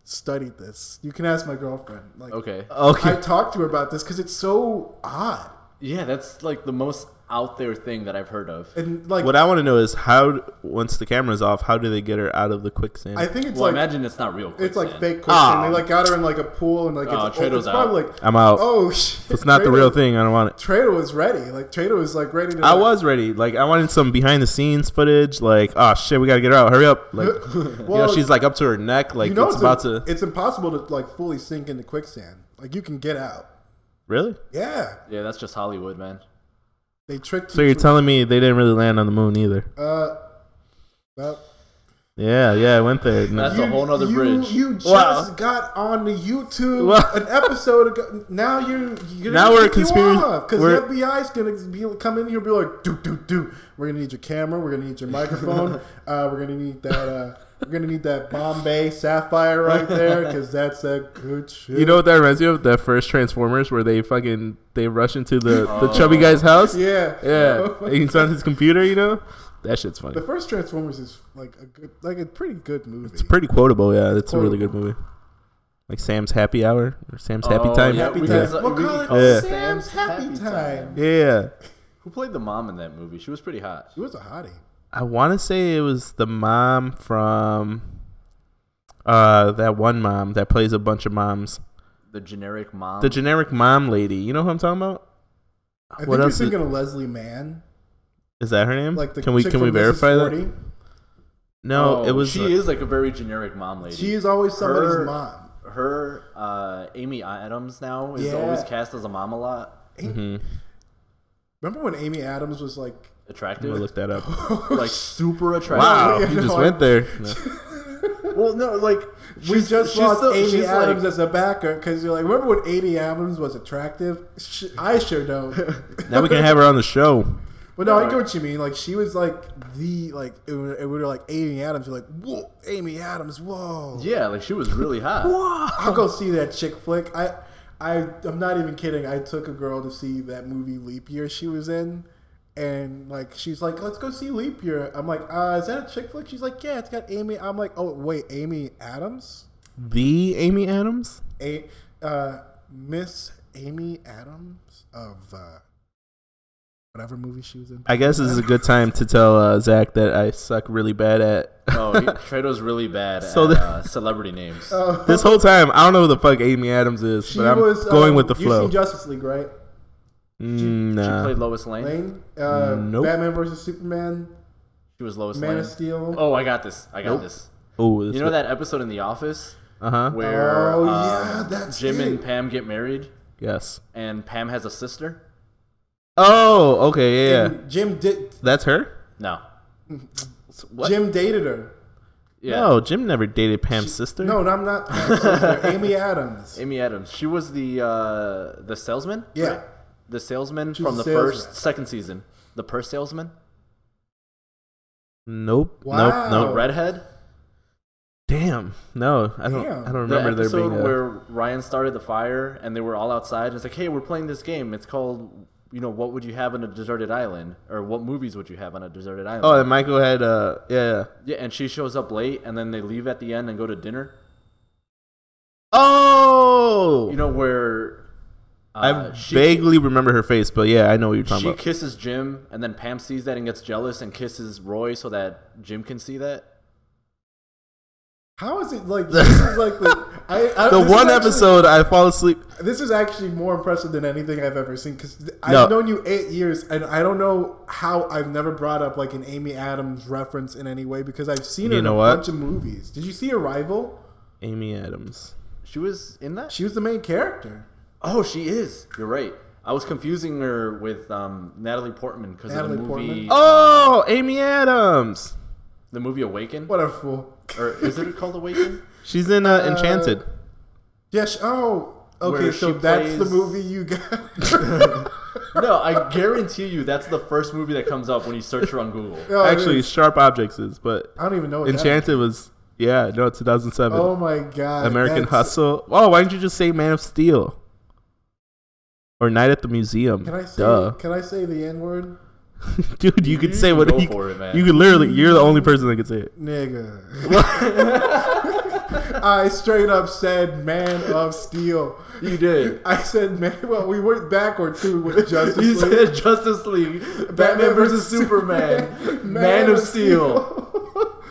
S3: studied this. You can ask my girlfriend. Like,
S2: Okay.
S1: Okay.
S3: I talked to her about this because it's so odd
S2: Yeah, that's like the most out there thing that I've heard of.
S3: and like
S1: what I want to know is how once the camera's off, how do they get her out of the quicksand?
S3: I think it's
S2: Well,
S3: like
S2: imagine it's not real.
S3: it's
S2: Quicksand.
S3: like fake
S1: Ah.
S3: quicksand. They like got her in like a pool and like
S2: Oh,
S3: it's, oh,
S2: Trado's
S3: it's probably
S2: out.
S3: like
S1: I'm out.
S3: oh shit,
S1: it's not the
S3: Trado-
S1: real thing. I don't want it.
S3: Trader was ready. Like Trader was like ready to.
S1: I
S3: like-
S1: was ready. Like I wanted some behind the scenes footage. Like oh shit, we gotta get her out. Hurry up. Like you
S3: Well,
S1: know, she's like up to her neck. Like
S3: You know,
S1: it's,
S3: it's,
S1: about
S3: im-
S1: to.
S3: It's impossible to like fully sink into quicksand. Like you can get out.
S1: really?
S3: Yeah,
S2: Yeah, that's just Hollywood, man.
S3: they tricked
S1: So
S3: you.
S1: you're telling me they didn't really land on the moon either?
S3: uh, well,
S1: Yeah, yeah, I went there. No.
S2: That's a whole nother
S3: you,
S2: bridge.
S3: You just
S1: Wow.
S3: got on the YouTube
S1: Wow.
S3: an episode ago. Now you're, you're gonna
S1: Now we're a conspiracy-
S3: because
S1: we're-
S3: the FBI's gonna be, come in here and be like, do do do. We're gonna need your camera. We're gonna need your microphone. uh, we're gonna need that. Uh, we're gonna need that Bombay sapphire right there because that's a good shit.
S1: You know what that reminds me of? The first Transformers where they fucking they rush into the, the chubby guy's house.
S3: yeah,
S1: Oh. Yeah. And he's on his computer, you know? That shit's funny.
S3: The first Transformers is like a good, like a pretty good movie.
S1: It's pretty quotable, yeah. It's a really good
S3: Quotable.
S1: movie. Like Sam's Happy Hour or Sam's Happy
S2: Oh,
S1: Time.
S2: yeah,
S1: Yeah.
S3: happy
S2: we
S3: time.
S2: can- we
S3: We'll
S2: can
S3: call it
S2: call
S1: it
S3: Sam's Happy Time.
S1: Yeah.
S2: Who played the mom in that movie? She was pretty hot.
S3: She was a hottie.
S1: I wanna say it was the mom from uh that one mom that plays a bunch of moms.
S2: The generic mom.
S1: The generic mom lady. You know who I'm talking about?
S3: I think
S1: What
S3: you're
S1: else is-
S3: thinking of Leslie Mann,
S1: Is that her name?
S3: like the
S1: can we
S3: chick
S1: can we
S3: from Mrs.
S1: verify
S3: 40.
S1: that? No,
S2: Oh,
S1: it was
S2: She
S1: uh,
S2: is like a very generic mom lady.
S3: She is always somebody's
S2: Her-
S3: mom.
S2: her uh, Amy Adams now is
S3: Yeah.
S2: always cast as a mom a lot.
S1: Mm-hmm.
S3: Remember when Amy Adams was like,
S1: I'm
S2: Attractive,
S1: gonna look that up.
S2: like super attractive.
S1: Wow,
S3: yeah,
S1: you just
S3: no,
S1: went
S3: I-
S1: there. No.
S2: Well, no, like
S3: we just lost Amy Adams
S2: Like,
S3: as a backer because you're like, remember when Amy Adams was attractive? Sh- I sure don't.
S1: Now we can have her on the show.
S3: but no, I get what you mean. Like she was like the like it, wa- it were like Amy Adams. You're like, whoa, Amy Adams, whoa.
S2: yeah, like she was really hot.
S3: I'll go see that chick flick. I, I, I'm not even kidding. I took a girl to see that movie Leap Year she was in, and like she's like, let's go see Leap Year. I'm like, uh, is that a chick flick? She's like, yeah, it's got Amy. I'm like, oh wait, Amy Adams,
S1: The Amy Adams?
S3: a uh, Miss Amy Adams of uh, whatever movie she was in.
S1: I guess this is a good time to tell uh, Zach that I suck really bad at.
S2: Oh, he, Trado's really bad
S1: So
S2: at
S1: the-
S2: uh, celebrity names.
S3: Uh,
S1: this whole time, I don't know who the fuck Amy Adams is, but I'm going
S3: um,
S1: with the flow.
S3: You've seen Justice League, right?
S1: Mm,
S2: she
S1: nah.
S2: played Lois Lane.
S3: Lane, uh,
S1: Nope.
S3: Batman versus Superman,
S2: She was Lois
S3: Man
S2: Lane.
S3: of Steel.
S2: Oh, I got this. I got
S1: Nope.
S2: this.
S1: Oh, this
S2: You know that episode in The Office
S1: Uh huh.
S2: where um,
S3: Oh, yeah, that's
S2: Jim
S3: it.
S2: and Pam get married,
S1: Yes.
S2: and Pam has a sister.
S1: Oh, okay, yeah, yeah.
S3: And Jim did.
S1: That's her.
S2: No.
S1: What?
S3: Jim dated her.
S2: Yeah.
S1: No, Jim never dated Pam's sister.
S3: No, no, I'm not. Pam's sister, Amy Adams.
S2: Amy Adams. She was the uh, the salesman.
S3: Yeah.
S2: The salesman
S3: She was
S2: from the
S3: the salesman.
S2: first second season. The purse salesman.
S1: Nope.
S3: Wow.
S1: Nope.
S2: The
S1: Nope.
S2: redhead.
S1: Damn. No, I don't. I
S3: Damn.
S1: don't
S2: The
S1: remember there
S2: episode
S1: being. A,
S2: where Ryan started the fire and they were all outside. And it's like, hey, we're playing this game. It's called, you know, what would you have on a deserted island, or what movies would you have on a deserted island?
S1: oh, and Michael had. Uh, yeah. yeah.
S2: yeah. And she shows up late, and then they leave at the end and go to dinner.
S1: Oh.
S2: You know where?
S1: I
S2: Uh, she,
S1: vaguely remember her face, but yeah, I know what you're talking
S2: she
S1: about.
S2: kisses Jim, and then Pam sees that and gets jealous and kisses Roy so that Jim can see that.
S3: How is it like? This is like the. I, I,
S1: The
S3: this is
S1: one
S3: actually-
S1: episode I fall asleep.
S3: This is actually more impressive than anything I've ever seen because I've
S1: No.
S3: known you eight years, and I don't know how I've never brought up like an Amy Adams reference in any way because I've seen her
S1: You
S3: in
S1: know
S3: a
S1: what?
S3: bunch of movies. Did you see Arrival?
S1: Amy Adams.
S2: She was in that.
S3: She was the main character.
S2: Oh, she is. You're right. I was confusing her with um, Natalie Portman because of the
S3: Natalie
S2: movie,
S3: Portman?
S1: Oh, Amy Adams.
S2: the movie Awaken,
S3: What a fool!
S2: or is it called Awaken?
S1: She's in uh, Enchanted.
S3: Yes. Oh, okay.
S2: Where
S3: So
S2: she
S3: that's the
S2: plays-
S3: movie you got.
S2: No, I guarantee you that's the first movie that comes up when you search her on Google.
S3: No, I
S1: Actually,
S3: didn't-
S1: Sharp Objects is, but
S3: Oh, I don't even know. What that is.
S1: Enchanted was. Yeah, no, 2007.
S3: Oh my god!
S1: American
S3: that's-
S1: Hustle. Oh, why didn't you just say Man of Steel? Or Night at the Museum.
S3: Can I say?
S1: Duh.
S3: Can I say the N word,
S1: Dude, you could
S2: You
S1: say
S2: can
S1: what
S2: go
S1: you,
S2: for it, man.
S1: you could literally you're the only person that could say it.
S3: nigga? I straight up said "Man of Steel."
S2: You did.
S3: I said, man, well, we went backward too with Justice
S2: You
S3: League.
S2: said Justice League, Batman, versus
S3: versus
S2: Superman, Man, of Steel.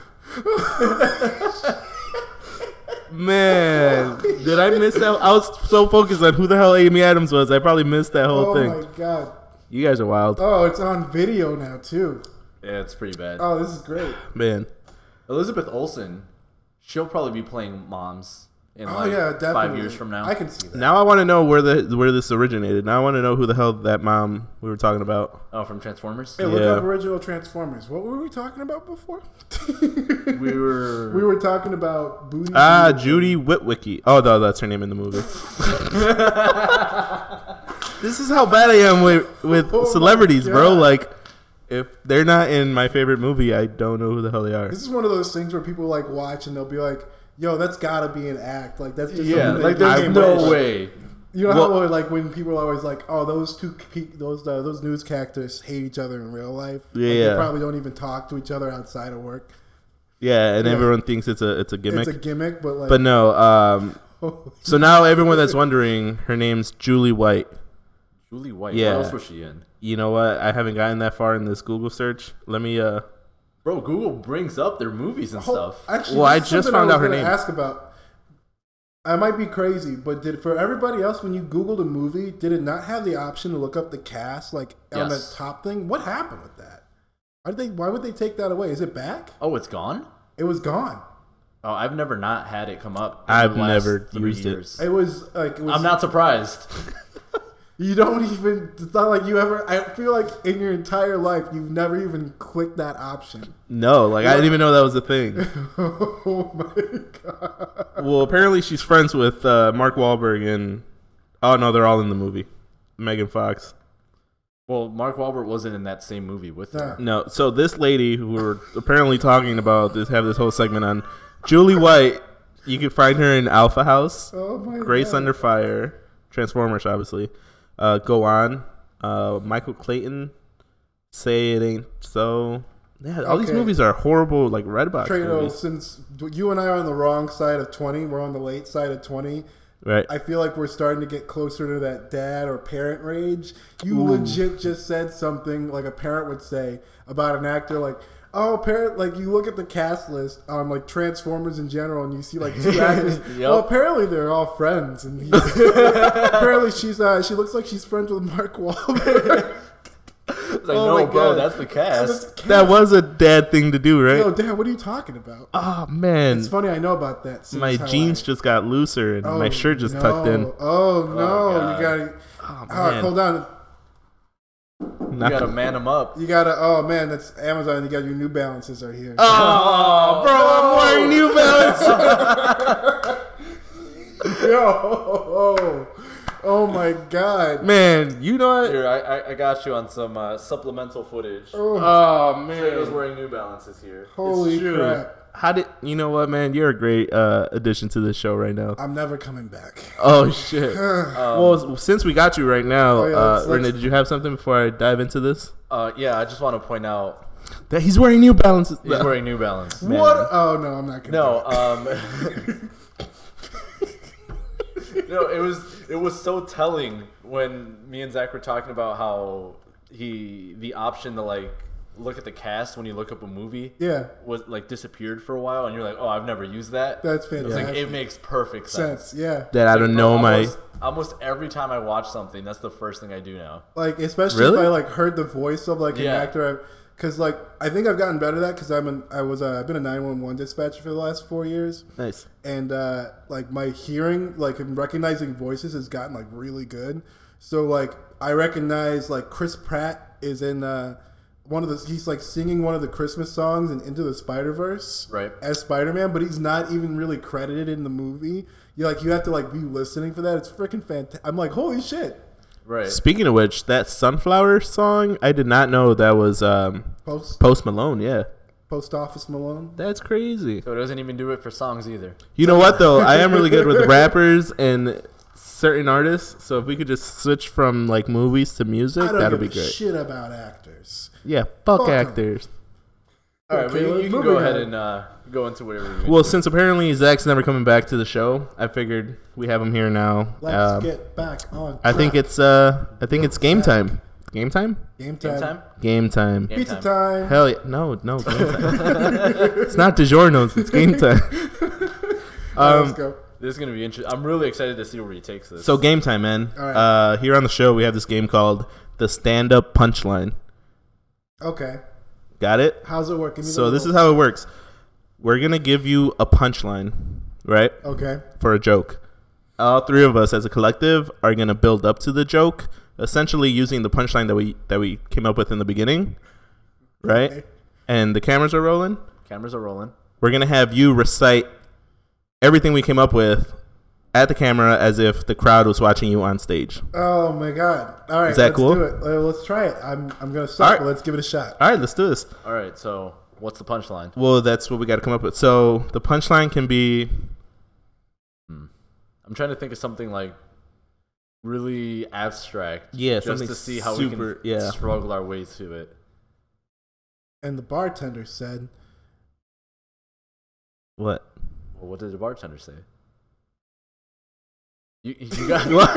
S1: Man, did I miss that? I was so focused on who the hell Amy Adams was. I probably missed that whole
S3: oh
S1: thing.
S3: my god.
S1: You guys are wild,
S3: Oh, it's on video now too.
S2: Yeah, it's pretty bad.
S3: Oh, this is great.
S1: man.
S2: Elizabeth Olsen, she'll probably be playing moms in
S3: Oh
S2: like
S3: yeah, definitely.
S2: five years from now.
S3: I can see that.
S1: Now I want to know where the where this originated. Now I want to know who the hell that mom we were talking about.
S2: Oh, from Transformers.
S3: Hey, look
S1: Yeah.
S3: up original Transformers. What were we talking about before?
S2: We were.
S3: we were talking about booty.
S1: Ah, Judy Whitwicky. Oh no, that's her name in the movie. this is how bad I am with with
S3: Oh my
S1: celebrities, bro.
S3: God.
S1: Like, if they're not in my favorite movie, I don't know who the hell they are.
S3: This is one of those things where people like watch and they'll be like, "Yo, that's gotta be an act." Like that's just
S2: yeah,
S3: something
S2: like
S3: they
S2: there's
S3: came
S2: no
S3: up with.
S2: way.
S3: You know
S1: Well-
S3: how like when people are always like, "Oh, those two pe- those uh, those news characters hate each other in real life. Like,
S1: Yeah.
S3: they probably don't even talk to each other outside of work.
S1: Yeah, and
S3: Yeah.
S1: everyone thinks it's a it's a gimmick,
S3: It's a gimmick, but like,
S1: but no. Um,
S3: holy-
S1: so now everyone that's wondering, her name's Julie White.
S2: Julie White.
S1: Yeah.
S2: What else was she in?
S1: You know what? I haven't gotten that far in this Google search. Let me. Uh,
S2: Bro, Google brings up their movies and stuff.
S3: actually,
S1: Well,
S3: this
S1: I just
S3: is something
S1: found
S3: was
S1: out her
S3: gonna
S1: name.
S3: Ask about. I might be crazy, but did for everybody else when you googled a movie, did it not have the option to look up the cast like on the
S2: Yes.
S3: top thing? What happened with that? Why did they? Why would they take that away? Is it back?
S2: oh, it's gone.
S3: It was gone.
S2: Oh, I've never not had it come up. in
S1: I've
S2: the last
S1: never
S2: three
S1: used it.
S2: years.
S3: It was like it was
S2: I'm not surprised.
S3: You don't even. It's not like you ever. I feel like in your entire life, you've never even clicked that option.
S1: no, like I didn't even know that was a thing.
S3: oh my god!
S1: Well, apparently she's friends with uh, Mark Wahlberg and oh no, they're all in the movie. Megan Fox.
S2: Well, Mark Wahlberg wasn't in that same movie with her.
S3: Nah.
S1: No, so this lady who we're apparently talking about this have this whole segment on Julie White. You can find her in Alpha House,
S3: Oh my
S1: Grace
S3: god!
S1: Under Fire, Transformers, obviously. Uh, Go on, uh, Michael Clayton. Say it ain't so. Yeah, all these
S3: Okay.
S1: movies are horrible. Like Redbox
S3: Trado,
S1: movies,
S3: since you and I are on the wrong side of twenty, we're on the late side of twenty.
S1: right?
S3: I feel like we're starting to get closer to that dad or parent rage. You legit just said something like a parent would say about an actor, like, "Oh, parent!" Like you look at the cast list on like Transformers in general, and you see like two actors.
S2: Yep.
S3: Well, apparently they're all friends, and he's, apparently she's uh, she looks like she's friends with Mark Wahlberg.
S2: It's like,
S1: Oh
S2: no,
S1: my
S2: bro,
S1: God.
S2: that's the cast.
S1: that was a dad thing to do, right?
S3: Yo, Dad, what are you talking about?
S1: Oh man,
S3: It's funny, I know about that. since
S1: my
S3: how I-
S1: jeans just got looser and
S3: Oh,
S1: my shirt just
S3: no.
S1: tucked in.
S3: Oh no,
S2: God.
S3: you got. to
S1: Oh,
S3: All right,
S1: man.
S3: hold on.
S2: You gotta man them up.
S3: You gotta. Oh man, that's Amazon. You got your New Balances are here.
S2: Uh.
S1: Oh, bro, I'm wearing New Balance.
S3: Yo, oh my god.
S1: Man, you know what?
S2: Here, I, I, I got you on some uh, supplemental footage.
S1: Oh
S2: Trader's
S1: man,
S2: wearing New Balances here.
S3: Holy
S1: Dude,
S3: crap!
S1: How did you know what, man? You're a great uh, addition to this show right now.
S3: I'm never coming back.
S1: Oh shit. well, s- since we got you right now,
S3: yeah,
S1: uh,
S3: let's-
S1: Renee,
S3: let's-
S1: did you have something before I dive into this?
S2: Uh, yeah, I just want to point out
S1: That he's wearing New Balances.
S2: he's wearing New Balance. man.
S3: What? Oh no, I'm not gonna.
S2: No, um, no, it was it was so telling when me and Zach were talking about how he the option to like look at the cast when you look up a movie
S3: do it. Yeah,
S2: was like disappeared for a while, and you're like, oh, I've never used that.
S3: that's
S2: It's
S3: fantastic.
S2: like it makes perfect sense.
S3: sense. Yeah,
S1: That I don't know my.
S2: Almost, almost every time I watch something, that's the first thing I do now.
S3: like especially
S1: Really?
S3: if I like heard the voice of like an
S2: Yeah.
S3: actor, because like I think I've gotten better at that because I'm an I was uh, I've been a 911 dispatcher for the last four years,
S1: Nice.
S3: and uh, like my hearing, like in recognizing voices, has gotten like really good. So like I recognize like Chris Pratt is in uh, one of the he's like singing one of the Christmas songs and Into the Spider Verse,
S2: Right.
S3: As Spider Man, but he's not even really credited in the movie. You like you have to like be listening for that. It's freaking fantastic. I'm like holy shit.
S2: Right.
S1: Speaking of which, that Sunflower song, I did not know that was um,
S3: Post
S1: Post Malone. Yeah,
S3: Post Office Malone.
S1: that's crazy.
S2: So it doesn't even do it for songs either.
S1: You know what though? I am really good with rappers and certain artists. So if we could just switch from like movies to music,
S3: I don't
S1: that'll be
S3: give a
S1: great.
S3: shit about actors.
S1: Yeah, fuck,
S3: Fuck 'em.
S1: actors.
S2: All right,
S3: Okay,
S2: well, you,
S3: well,
S2: you can
S3: moving
S2: go ahead
S3: on.
S2: and uh, go into whatever. You
S1: Well, since apparently Zach's never coming back to the show, I figured we have him here now.
S3: Let's
S1: Um,
S3: get back on.
S1: I think
S3: track.
S1: it's uh, I think it's game time. Game time.
S3: game time.
S2: Game time.
S1: Game time.
S2: Game
S3: Pizza time.
S1: Hell yeah! No, no. Game time. it's not DiGiorno's. It's game time.
S3: All right,
S1: Um,
S3: Oh, let's go.
S2: This is gonna be interesting. I'm really excited to see where he takes this.
S1: So game time, man.
S3: All right.
S1: Uh, here on the show, we have this game called the stand-up punchline.
S3: Okay.
S1: Got it?
S3: How's it working?
S1: So this is how it works. We're gonna give you a punchline, right,
S3: Okay.
S1: for a joke. All three of us as a collective are gonna build up to the joke, essentially using the punchline that we that we came up with in the beginning, right?
S3: Okay.
S1: And the cameras are rolling.
S2: cameras are rolling.
S1: We're gonna have you recite everything we came up with at the camera as if the crowd was watching you on stage.
S3: Oh my god. All right.
S1: Is that
S3: let's
S1: cool?
S3: do it. Uh, Let's try it. I'm I'm gonna suck.
S1: right.
S3: but Let's give it a shot.
S1: All right, let's do this.
S2: All right. So what's the punchline?
S1: Well, that's what we got to come up with. So the punchline can be
S2: I'm trying to think of something like really abstract.
S1: Yeah,
S2: Just
S1: something
S2: to see how we
S1: super-
S2: can
S1: yeah.
S2: struggle our way to it.
S3: And the bartender said,
S1: what?
S2: Well, what did the bartender say? You, you got
S1: What?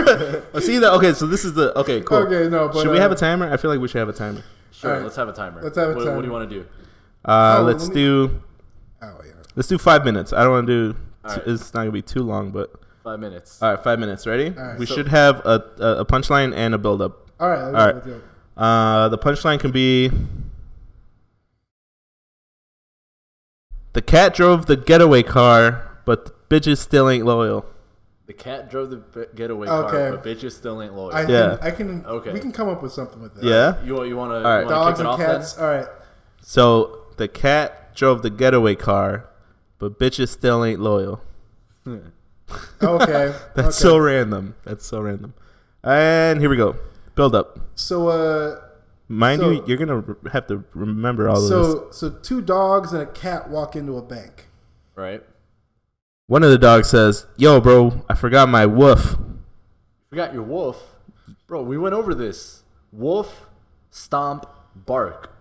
S1: Oh, see that? Okay, so this is the okay. Cool.
S3: "Okay, no, but
S1: should we
S3: uh,
S1: have a timer? I feel like we should have a timer.
S2: sure.
S3: Alright.
S2: Let's have a timer.
S3: Let's have a
S2: what, What do
S3: timer.
S2: you want to do?
S1: Uh,
S3: Oh,
S1: let's
S3: let me-
S1: do
S3: Oh yeah.
S1: let's do five minutes. I don't want to do.
S2: All right.
S1: It's not gonna be too long, but
S2: Five minutes.
S1: all right, five minutes. Ready?
S3: right.
S1: we
S2: So-
S1: should have a a, a punchline and a build up.
S3: All right. Let's
S1: All right.
S3: Let's do it.
S1: Uh, the punchline can be. The cat drove the getaway car, but the bitches still ain't loyal.
S2: The cat drove the b- getaway
S3: Okay.
S2: car, but bitches still ain't loyal.
S3: I
S1: Yeah.
S3: can. I can.
S2: Okay.
S3: We can come up with something with that.
S1: Yeah.
S2: you you want to
S1: Alright.
S3: Dogs
S2: kick it
S3: and
S2: off
S3: cats. All right.
S1: So the cat drove the getaway car, but bitches still ain't loyal.
S2: then?
S3: Okay.
S1: That's
S3: okay.
S1: so random. That's so random. And here we go. Build up.
S3: So uh.
S1: Mind you,
S3: So-
S1: you're gonna re- have to remember all of Oh, this.
S3: So so two dogs and a cat walk into a bank.
S2: right.
S1: One of the dogs says, "Yo, bro, I forgot my woof."
S2: Forgot your wolf, bro. We went over this. Wolf, stomp, bark.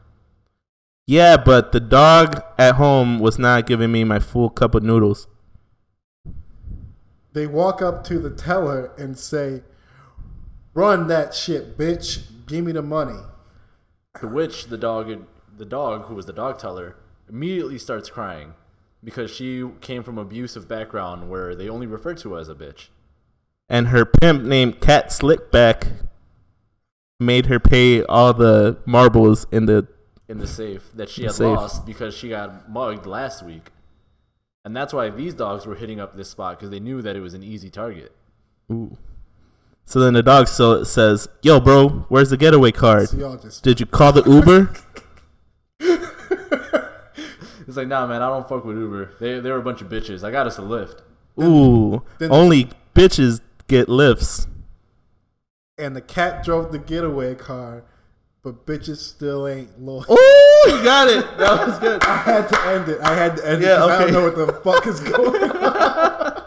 S1: Yeah, but the dog at home was not giving me my full cup of noodles.
S3: They walk up to the teller and say, "Run that shit, bitch! Give me the money."
S2: To which the dog, the dog who was the dog teller, immediately starts crying because she came from abusive background where they only referred to her as a bitch.
S1: And her pimp named Cat Slickback made her pay all the marbles in the.
S2: in the safe that she had
S1: safe.
S2: lost because she got mugged last week. And that's why these dogs were hitting up this spot because they knew that it was an easy target.
S1: Ooh. So then the dog so says, "Yo, bro, where's the getaway card?
S3: So y'all just
S1: Did you call the Uber?"
S2: It's like, nah, man, I don't fuck with Uber. They they were a bunch of bitches. I got us a lift.
S1: Ooh,
S3: then-
S1: only bitches get lifts.
S3: and the cat drove the getaway car, but bitches still ain't loyal.
S1: Ooh, you got it. That was good.
S3: I had to end it. I had to end it.
S1: Yeah,
S3: 'cause I
S1: okay.
S3: don't know what the fuck is going on.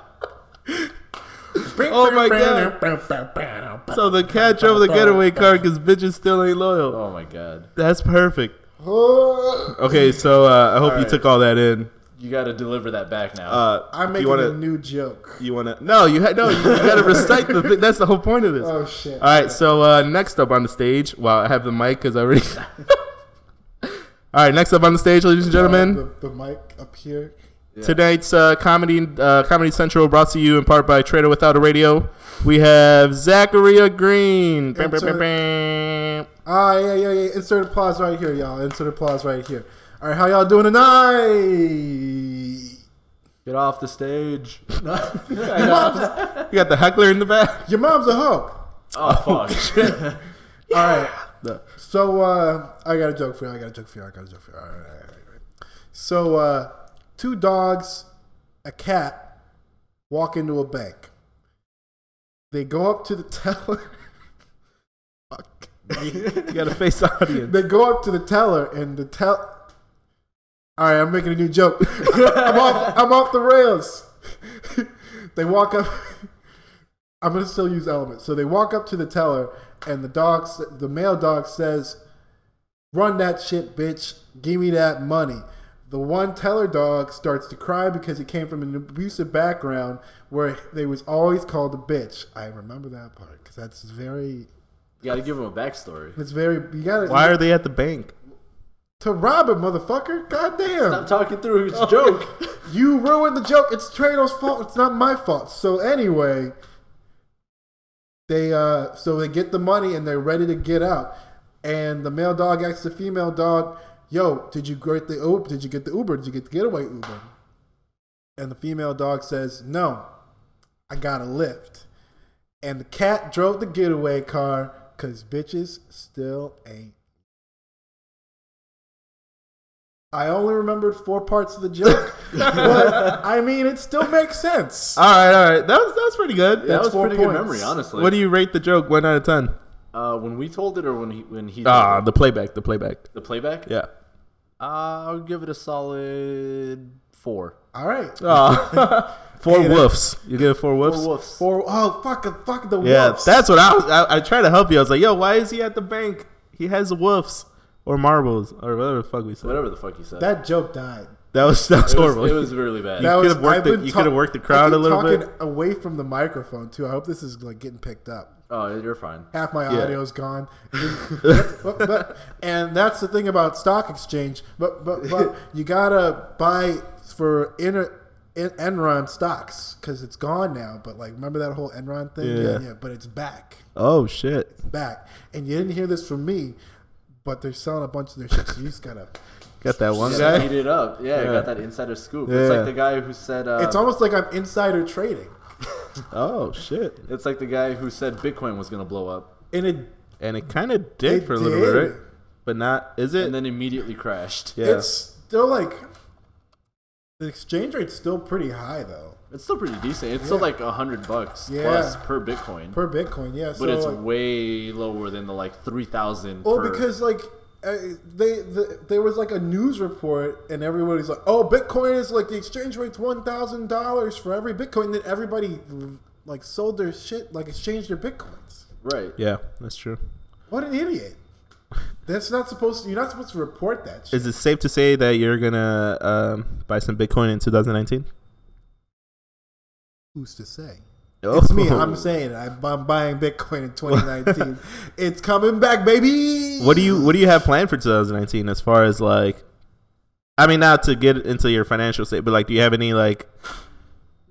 S1: Oh my god. So the cat drove the getaway car because bitches still ain't loyal.
S2: Oh my god,
S1: That's perfect.
S3: Oh.
S1: Okay, so uh, I hope you
S2: right.
S1: took all that in.
S2: you got to deliver that back now.
S1: Uh,
S3: I'm
S1: do
S3: making
S1: you wanna,
S3: a new joke.
S1: You wanna? No, you ha- no. You, you gotta recite the. Thing. That's the whole point of this.
S3: Oh shit!
S1: All right, so uh, next up on the stage, well, I have the mic because I already. All right, next up on the stage, ladies and gentlemen,
S3: Uh, the, the mic up here.
S1: tonight's uh, comedy uh, Comedy Central brought to you in part by Trader Without a Radio. We have Zachariah Green. Bam, bam, bam, bam.
S3: Ah, yeah, yeah, yeah. Insert applause right here, y'all. Insert applause right here. All right, how y'all doing tonight?
S2: Get off the stage.
S3: Your mom's,
S1: You got the heckler in the back.
S3: your mom's a hoe.
S2: oh fuck.
S3: All right.
S1: The-
S3: So uh, I got a joke for you. I got a joke for you. I got a joke for you. All right, all right, all right, all right. So uh, two dogs, a cat, walk into a bank. They go up to the teller. Fuck.
S1: You got a face audience.
S3: They go up to the teller and the tell. All right, I'm making a new joke. I'm off. I'm off the rails. they walk up. I'm gonna still use elements. So they walk up to the teller, and the dog, s- the male dog, says, "Run that shit, bitch! Give me that money." The one teller dog starts to cry because he came from an abusive background where they was always called a bitch. I remember that part because that's very.
S2: you got to give him a backstory.
S3: It's very. You gotta.
S1: Why are they at the bank?
S3: To rob it, motherfucker. Goddamn.
S2: I'm talking through his joke.
S3: You ruined the joke. It's Trado's fault. It's not my fault. So anyway, they uh so they get the money and they're ready to get out. And the male dog asks the female dog, "Yo, did you get the Uber? Did you get the Uber? Did you get the getaway Uber?" And the female dog says, "No. I got a lift." And the cat drove the getaway car cuz bitches still ain't I only remembered four parts of the joke, but I mean, it still makes sense.
S1: All right, all right. That was that was pretty good.
S2: that was
S3: four
S2: pretty good
S3: points.
S2: memory, honestly.
S1: what do you rate the joke? One out of ten.
S2: Uh, when we told it, or when he when he
S1: Ah,
S2: told it?
S1: the playback. The playback.
S2: the playback.
S1: Yeah.
S2: Uh, I'll give it a solid four.
S3: All right.
S1: Oh, four woofs. You get four
S2: Four
S1: woofs.
S2: woofs.
S3: Four, oh, fuck, uh, fuck the
S1: Yeah,
S3: wolves.
S1: that's what I was. I, I tried to help you. I was like, "Yo, why is he at the bank? He has woofs or marbles or whatever the fuck we said."
S2: Whatever the fuck he said.
S3: that joke died.
S1: That was that was
S2: it, was,
S1: horrible.
S2: it was really bad.
S3: That
S1: could've worked
S3: I've
S1: the-
S3: been
S1: you could've worked the crowd
S3: I've been
S1: a little
S3: talking
S1: bit.
S3: away from the microphone too. I hope this is like getting picked up.
S2: oh, you're fine.
S3: Half my
S1: Yeah.
S3: audio's gone, But- but- and that's the thing about stock exchange. But but, but you gotta buy for inner. En- Enron stocks because it's gone now, but like remember that whole Enron thing?
S1: Yeah.
S3: yeah, yeah but it's back.
S1: oh shit!
S3: back. And you didn't hear this from me, but they're selling a bunch of their shit. So you just gotta.
S1: Got that one
S2: Yeah,
S1: guy.
S2: Heat it up. Yeah,
S1: Yeah.
S2: got that insider scoop. It's
S1: Yeah.
S2: like the guy who said. Uh,
S3: It's almost like I'm insider trading,
S1: Oh shit!
S2: It's like the guy who said Bitcoin was gonna blow up
S3: and it
S1: And it kind of did
S3: It
S1: for a little bit,
S3: did.
S1: right? But not. Is it?
S2: and then immediately crashed.
S1: yeah.
S3: it's still like the exchange rate's still pretty high though
S2: It's still pretty decent. It's still
S3: Yeah.
S2: like a hundred bucks
S3: Yeah.
S2: plus per Bitcoin,
S3: per Bitcoin. Yeah, so
S2: but it's
S3: like,
S2: way lower than the like three thousand.
S3: well
S2: per,
S3: because like. Uh, they the, there was like a news report and everybody's like, "Oh, Bitcoin is like the exchange rate's one thousand dollars for every Bitcoin." Then everybody like sold their shit, like exchanged their bitcoins.
S2: right.
S1: yeah, that's true.
S3: What an idiot! That's not supposed. To, you're not supposed to report that. Shit.
S1: Is it safe to say that you're gonna um, buy some Bitcoin in 2019?
S3: Who's to say?
S1: Oh.
S3: It's me. I'm saying it. I'm, I'm buying Bitcoin in 2019. it's coming back, baby.
S1: What do you What do you have planned for 2019 as far as like? I mean, not to get into your financial state, but like, do you have any like?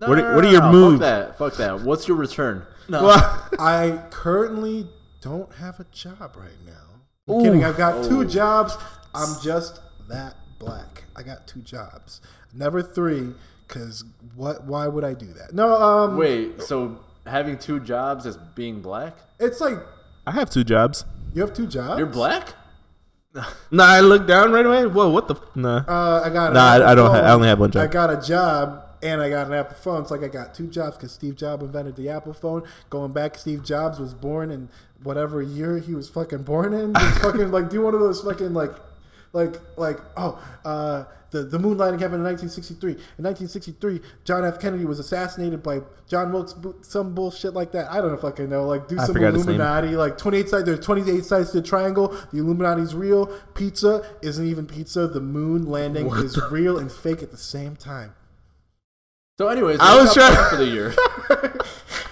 S2: No,
S1: What
S2: no,
S1: are-
S2: no,
S1: what are
S2: no,
S1: your
S2: no,
S1: moves?
S2: Fuck that. Fuck that. What's your return? No.
S3: I currently don't have a job right now. I'm kidding. I've got two jobs. I'm just that black. I got two jobs, never three. Cause what? Why would I do that? No. Um.
S2: Wait. So having two jobs as being black?
S3: It's like
S1: I have two jobs.
S3: you have two jobs.
S2: You're black?
S1: Nah, I looked down right away. Whoa, what the? F- nah.
S3: Uh, I got.
S1: Nah, I-
S3: an Apple
S1: I don't ha- I
S3: phone.
S1: only have one job.
S3: I got a job and I got an Apple phone. It's like I got two jobs because Steve Jobs invented the Apple phone. Going back, Steve Jobs was born in whatever year he was fucking born in. Just fucking like do one of those fucking like, like like oh. uh the, the moon landing happened in 1963. In 1963, John F. Kennedy was assassinated by John Wilkes, Bo- some bullshit like that. I don't fucking know. Like, do
S1: I
S3: some
S1: forgot his name.
S3: Illuminati. Like, 28 sides. There's 28 sides to the triangle. The Illuminati's real. Pizza isn't even pizza. The moon landing is real and fake at the same time.
S2: So, anyways,
S1: I
S2: we're
S1: was
S2: top
S1: trying-
S2: five for the year.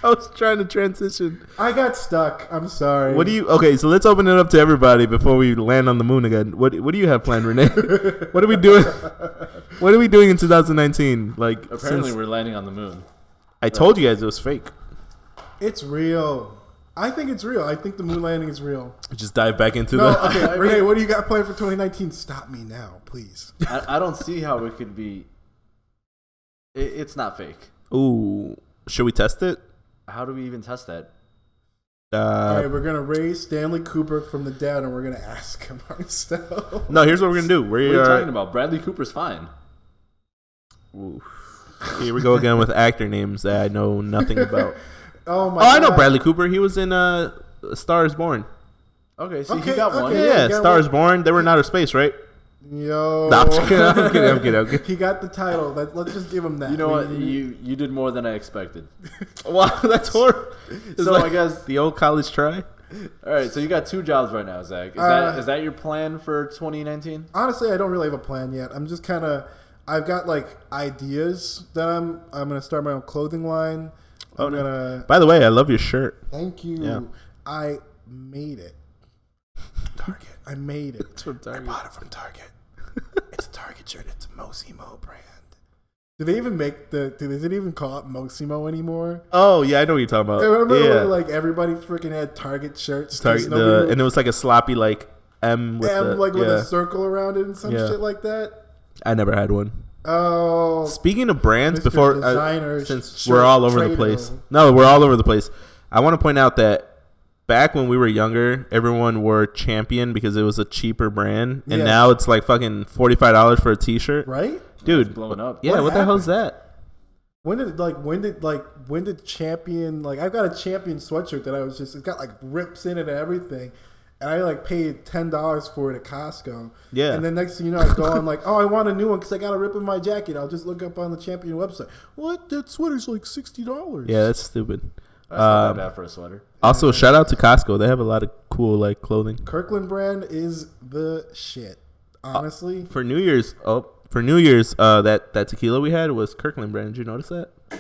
S1: I was trying to transition.
S3: I got stuck. I'm sorry.
S1: What do you? Okay, so let's open it up to everybody before we land on the moon again. What What do you have planned, Renee? what are we doing? What are we doing in 2019? Like,
S2: Apparently,
S1: since-
S2: we're landing on the moon.
S1: I told you guys it was fake.
S3: It's real. I think it's real. I think the moon landing is real.
S1: Just dive back into
S3: No,
S1: the.
S3: okay, Renee, what do you got planned for 2019? Stop me now, please.
S1: Uh,
S2: I, I don't see how it could be. It, it's not fake.
S1: Ooh, should we test it?
S2: How do we even test that?
S3: All
S1: Uh,
S3: right, we're gonna raise Stanley Kubrick from the dead, and we're gonna ask him ourselves.
S1: no, here's what we're gonna do.
S2: What
S1: We uh,
S2: are you talking
S1: are.
S2: about? Bradley Cooper's fine.
S1: Ooh. Here we go again with actor names that I know nothing about.
S3: Oh my!
S1: Oh, I know
S3: God.
S1: Bradley Cooper. He was in uh, A Star Is Born.
S2: Okay, so
S3: Okay,
S2: he got one.
S3: okay.
S1: Yeah,
S3: yeah, Oh.
S1: Star
S3: well-
S1: Is Born. They were in outer space, right?
S3: Yo,
S1: No, I'm just kidding. I'm kidding. I'm kidding. I'm kidding.
S3: he got the title. Let, let's just give him that.
S2: You know what?
S3: We-
S2: You you did more than I expected.
S1: Wow, that's horrible. It's
S2: So
S1: like
S2: I guess
S1: the old college try.
S2: all right. So you got two jobs right now, Zach. Is
S3: Uh,
S2: that is that your plan for 2019?
S3: honestly, I don't really have a plan yet. I'm just kind of. I've got like ideas that I'm. I'm gonna start my own clothing line. I'm
S1: Oh, no.
S3: gonna.
S1: By the way, I love your shirt.
S3: Thank you.
S1: Yeah.
S3: I made it. Target. I made it.
S1: It's from Target.
S3: I bought it from Target. it's a Target shirt. It's a Mosimo brand. Do they even make the? Do they, do they even call it Mosimo anymore?
S1: Oh yeah, I know what you're talking about.
S3: I remember
S1: yeah,
S3: when like everybody freaking had Target shirts. 'cause
S1: Target,
S3: nobody
S1: the,
S3: would-
S1: and it was like a sloppy like M with
S3: M,
S1: the,
S3: like with
S1: yeah.
S3: a circle around it and some
S1: Yeah.
S3: shit like that.
S1: I never had one.
S3: Oh,
S1: Speaking of brands,
S3: Mr.
S1: before I-
S3: Designer
S1: since
S3: shirt
S1: we're all over the
S3: trader.
S1: place, no, we're all over the place. I want to point out that back when we were younger, everyone wore Champion because it was a cheaper brand, and
S3: Yeah.
S1: now it's like fucking forty five dollars for a t shirt.
S3: right?
S1: Dude,
S2: It's blowing up.
S1: yeah, what,
S3: What
S1: the hell's that?
S3: When did like when did like when did champion like I've got a champion sweatshirt that I was just it's got like rips in it and everything. And I like paid ten dollars for it at Costco.
S1: Yeah.
S3: And then next thing you know, I go on like, oh, I want a new one because I got a rip in my jacket. I'll just look up on the Champion website. What? That sweater's like sixty dollars.
S1: Yeah, that's stupid.
S2: That's not
S1: Um,
S2: that bad for a sweater.
S1: Also, shout out to Costco. They have a lot of cool like clothing.
S3: Kirkland brand is the shit.
S1: Uh,
S3: Honestly,
S1: For New Year's, oh, for New Year's, uh, that that tequila we had was Kirkland brand. Did you notice that?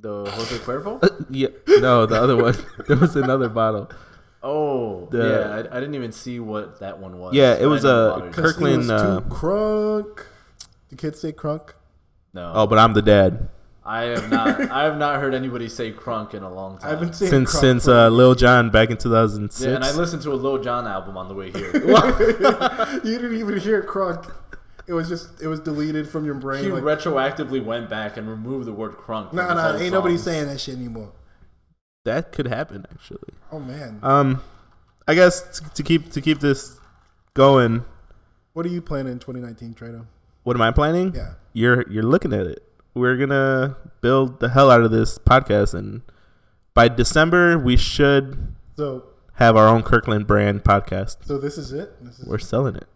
S2: The Jose
S1: Uh,
S2: Cuervo.
S1: Yeah. No, the other one. There was another bottle.
S2: Oh,
S1: The-
S2: yeah. I, I didn't even see what that one was.
S1: Yeah, it
S2: I
S1: was
S2: know
S1: a
S2: about it.
S3: 'Cause he
S1: Kirkland,
S3: was
S1: uh,
S3: too crunk. The kids say crunk.
S2: No,
S1: Oh, but I'm the dad.
S2: I have not. I have not heard anybody say crunk in a long time.
S3: I've been saying
S1: Since
S3: crunk
S1: since
S3: for-
S1: uh, Lil Jon back in
S2: yeah, and I
S1: 2006.
S2: listened to a Lil Jon album on the way here.
S3: you didn't even hear crunk. It was just it was deleted from your brain.
S2: He
S3: like,
S2: retroactively went back and removed the word crunk.
S3: No, no, ain't nobody saying that shit anymore.
S1: That could happen actually.
S3: Oh man,
S1: Um, I guess t- to keep to keep this going,
S3: what are you planning in 2019, Trado?
S1: what am I planning?
S3: Yeah.
S1: You're you're looking at it. We're gonna build the hell out of this podcast, and by December we should
S3: So,
S1: have our own Kirkland brand podcast.
S3: so this is it. This is
S1: We're selling it.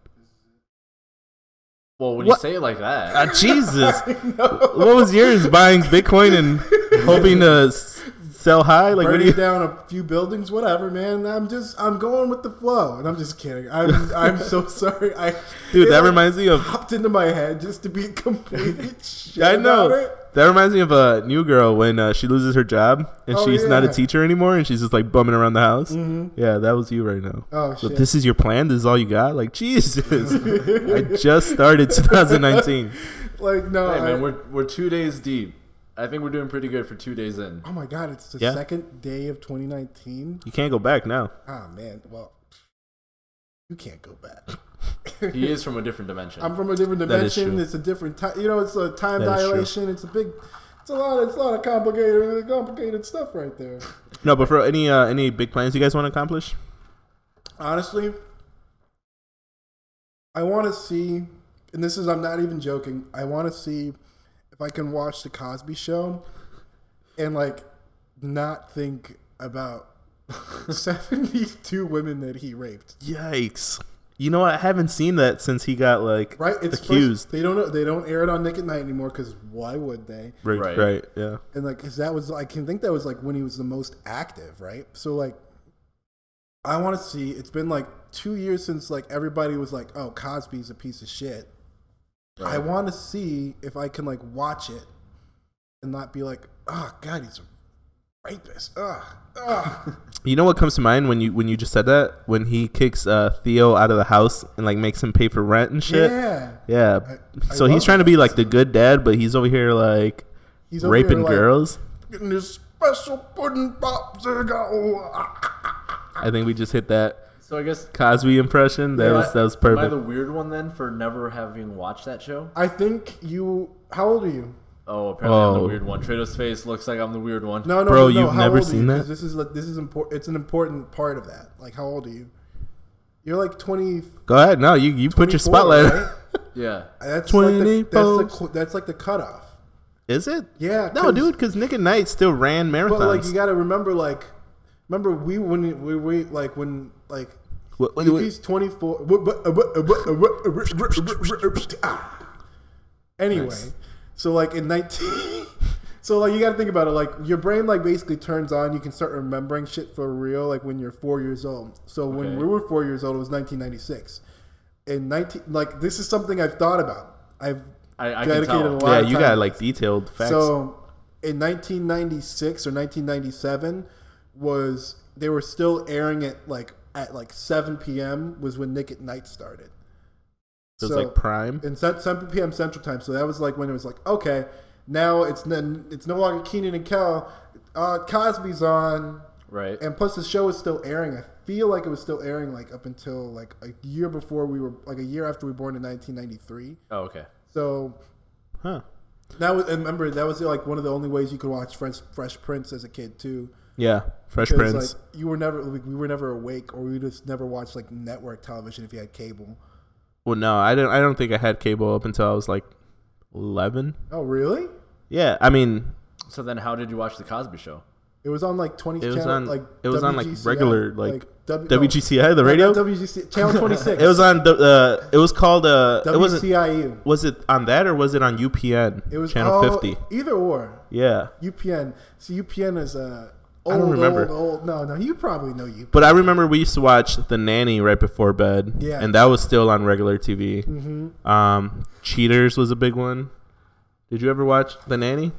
S2: Well, when
S1: What?
S2: you say it like that,
S1: Ah, Jesus.
S3: no.
S1: what was yours? Buying Bitcoin and hoping to s- sell high? Like, what do
S3: Burning
S1: you?
S3: down a few buildings, whatever, man. I'm just I'm going with the flow, and I'm just kidding. I'm I'm so sorry. I
S1: Dude,
S3: it,
S1: that
S3: like,
S1: reminds me of.
S3: popped into my head just to be completely shit.
S1: I
S3: about
S1: know.
S3: it.
S1: That reminds me of a new girl when uh, she loses her job and
S3: Oh,
S1: she's not a
S3: yeah. Mm.
S1: teacher anymore and she's just like bumming around the house. Yeah, that was you right now.
S3: Oh
S1: So
S3: shit.
S1: this is your plan. This is all you got. Like Jesus, I just started 2019.
S3: like no.
S2: hey
S3: I-
S2: man, we're we're two days deep. I think we're doing pretty good for two days in.
S3: oh my god, it's the
S1: Yeah.
S3: second day of 2019.
S1: You can't go back now.
S3: Ah man, well, you can't go back.
S2: He is from a different dimension.
S3: I'm from a different
S1: That is
S3: dimension.
S1: true.
S3: It's a different time. You know, it's a time
S1: That is true.
S3: dilation. It's a big It's a lot. It's a lot of complicated, complicated stuff right there.
S1: No, but for any uh, any big plans you guys want to accomplish?
S3: Honestly, I want to see, and this is I'm not even joking. I want to see if I can watch the Cosby Show and like not think about 72 women that he raped.
S1: Yikes! You know what? I haven't seen that since he got like
S3: Right? It's first-
S1: accused.
S3: they don't they don't air it on Nick at Night anymore because why would they?
S1: right,
S2: Right.
S1: right, yeah.
S3: and like because that was I can think that was like when he was the most active, right? So like, I want to see. It's been like two years since like everybody was like, "Oh, Cosby's a piece of shit." I want to see if I can like watch it and not be like, "Oh God, he's a rapist." Ah, Ugh, ugh.
S1: You know what comes to mind when you when you just said that? When he kicks uh, Theo out of the house and like makes him pay for rent and shit.
S3: yeah.
S1: Yeah.
S3: I
S1: so
S3: love
S1: he's trying to be like the good dad, but he's over here like
S3: He's over here,
S1: raping
S3: like,
S1: girls.
S3: Getting his special pudding pop cigar.
S1: I think we just hit that
S2: So I guess
S1: Cosby impression. That
S2: am
S1: was
S2: I-
S1: that was
S2: Am I the
S1: perfect.
S2: weird one then for never having watched that show?
S3: I think you. How old are you?
S2: Oh, apparently I'm the
S1: Oh.
S2: weird one. Trado's face looks like I'm the weird one.
S3: No, no,
S1: Bro,
S3: no,
S1: you've
S3: no. How
S1: never
S3: old are
S1: seen
S3: you?
S1: that?
S3: 'Cause This is like this is important. It's an important part of that. Like, how old are you? You're like twenty.
S1: Go ahead. No, you you put your
S3: 24,
S1: spotlight.
S3: right?
S2: Yeah.
S3: That's
S1: 20
S3: like the, that's, the,
S1: folks.
S3: qu- that's like the cutoff.
S1: Is it?
S3: Yeah,
S1: No,
S3: 'cause-
S1: dude, because Nick and Knight still ran
S3: But like,
S1: marathons.
S3: you got to remember, like, remember we when we, we like when like E
S1: What- what-
S3: if
S1: what-
S3: he's twenty four. uh, ah. Anyway, so like in nineteen. So like you got to think about it like your brain like basically turns on you can start remembering shit for real like when you're 4 years old. So when
S2: Okay.
S3: we were 4 years old it was 1996. In 19 like this is something I've thought about. I've
S2: I- I can
S3: dedicated
S2: tell.
S3: a lot
S1: yeah,
S3: of
S1: you
S3: time
S1: got
S3: to
S1: like detailed facts.
S3: so in 1996 or 1997 was they were still airing it like at like 7 p.m. was when Nick at Night started.
S1: it was like prime.
S3: And set 7 p.m. Central Time. So that was like when it was like okay, now it's then it's no longer Keenan and Kel. Uh, Cosby's on,
S2: Right.
S3: and plus the show is still airing. I feel like it was still airing like up until like a year before we were like a year after we were born in 1993.
S2: Oh, okay.
S3: So
S1: Huh.
S3: that was, and remember, that was like one of the only ways you could watch Fresh, Fresh Prince as a kid too.
S1: Yeah, Fresh
S3: 'Cause,
S1: Prince.
S3: Like, you were never, like, we were never awake, or we just never watched like network television if you had cable.
S1: well, no, I don't. I don't think I had cable up until I was like eleven.
S3: Oh, really?
S1: Yeah, I mean,
S2: So then how did you watch The Cosby Show?
S3: It was on like twenty.
S1: it was
S3: channel,
S1: on.
S3: like
S1: it was on like
S3: WGCI,
S1: regular like,
S3: W- no,
S1: WGCI the
S3: not
S1: radio.
S3: WGC channel twenty six.
S1: it was on. the- Uh, it was called. Uh, it wasn't.
S3: WCIU.
S1: Was it on that or was it on UPN?
S3: E. It was
S1: channel
S3: oh,
S1: fifty.
S3: Either or
S1: Yeah,
S3: UPN. See, UPN is uh, old,
S1: don't remember.
S3: Old, old. No, no, you probably know UPN.
S1: but I remember we used to watch The Nanny right before bed.
S3: Yeah. Mm-hmm.
S1: and that was still on regular TV. Um, Cheaters was a big one. Did you ever watch The Nanny?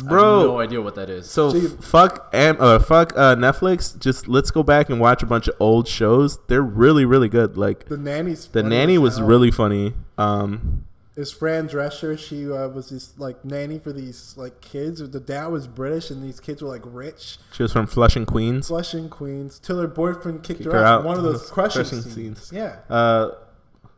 S2: I
S1: Bro,
S2: have no idea what that is.
S1: So
S3: So you-
S1: f- fuck Am- uh, fuck uh, Netflix. Just let's go back and watch a bunch of old shows. They're really really good. Like
S3: The nanny's.
S1: the
S3: funny
S1: nanny
S3: as
S1: was
S3: hell.
S1: really funny. Um,
S3: Is Fran Drescher. She uh, was this like nanny for these like kids. The dad was British, and these kids were like rich,
S1: she was from Flushing, Queens.
S3: Flushing Queens. Till her boyfriend kicked her,
S1: her
S3: out.
S1: out.
S3: One of those
S1: Those
S3: crushing,
S1: crushing
S3: scenes.
S1: scenes.
S3: Yeah,
S1: Uh,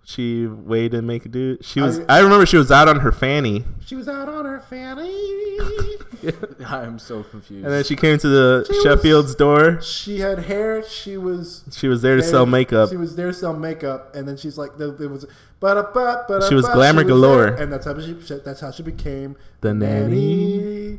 S1: she weighed and make a dude. She was.
S3: I-
S1: I, remember she was out on her fanny,
S3: she was out on her fanny.
S2: I'm so confused.
S1: and then she came to the
S3: She was-
S1: Sheffield's door.
S3: she had hair. She was.
S1: She was there to
S3: there-
S1: sell makeup.
S3: She was there to sell makeup, and then she's like, there, there was, but but
S1: She was glamour galore.
S3: and that's how she that's how she became
S1: The nanny.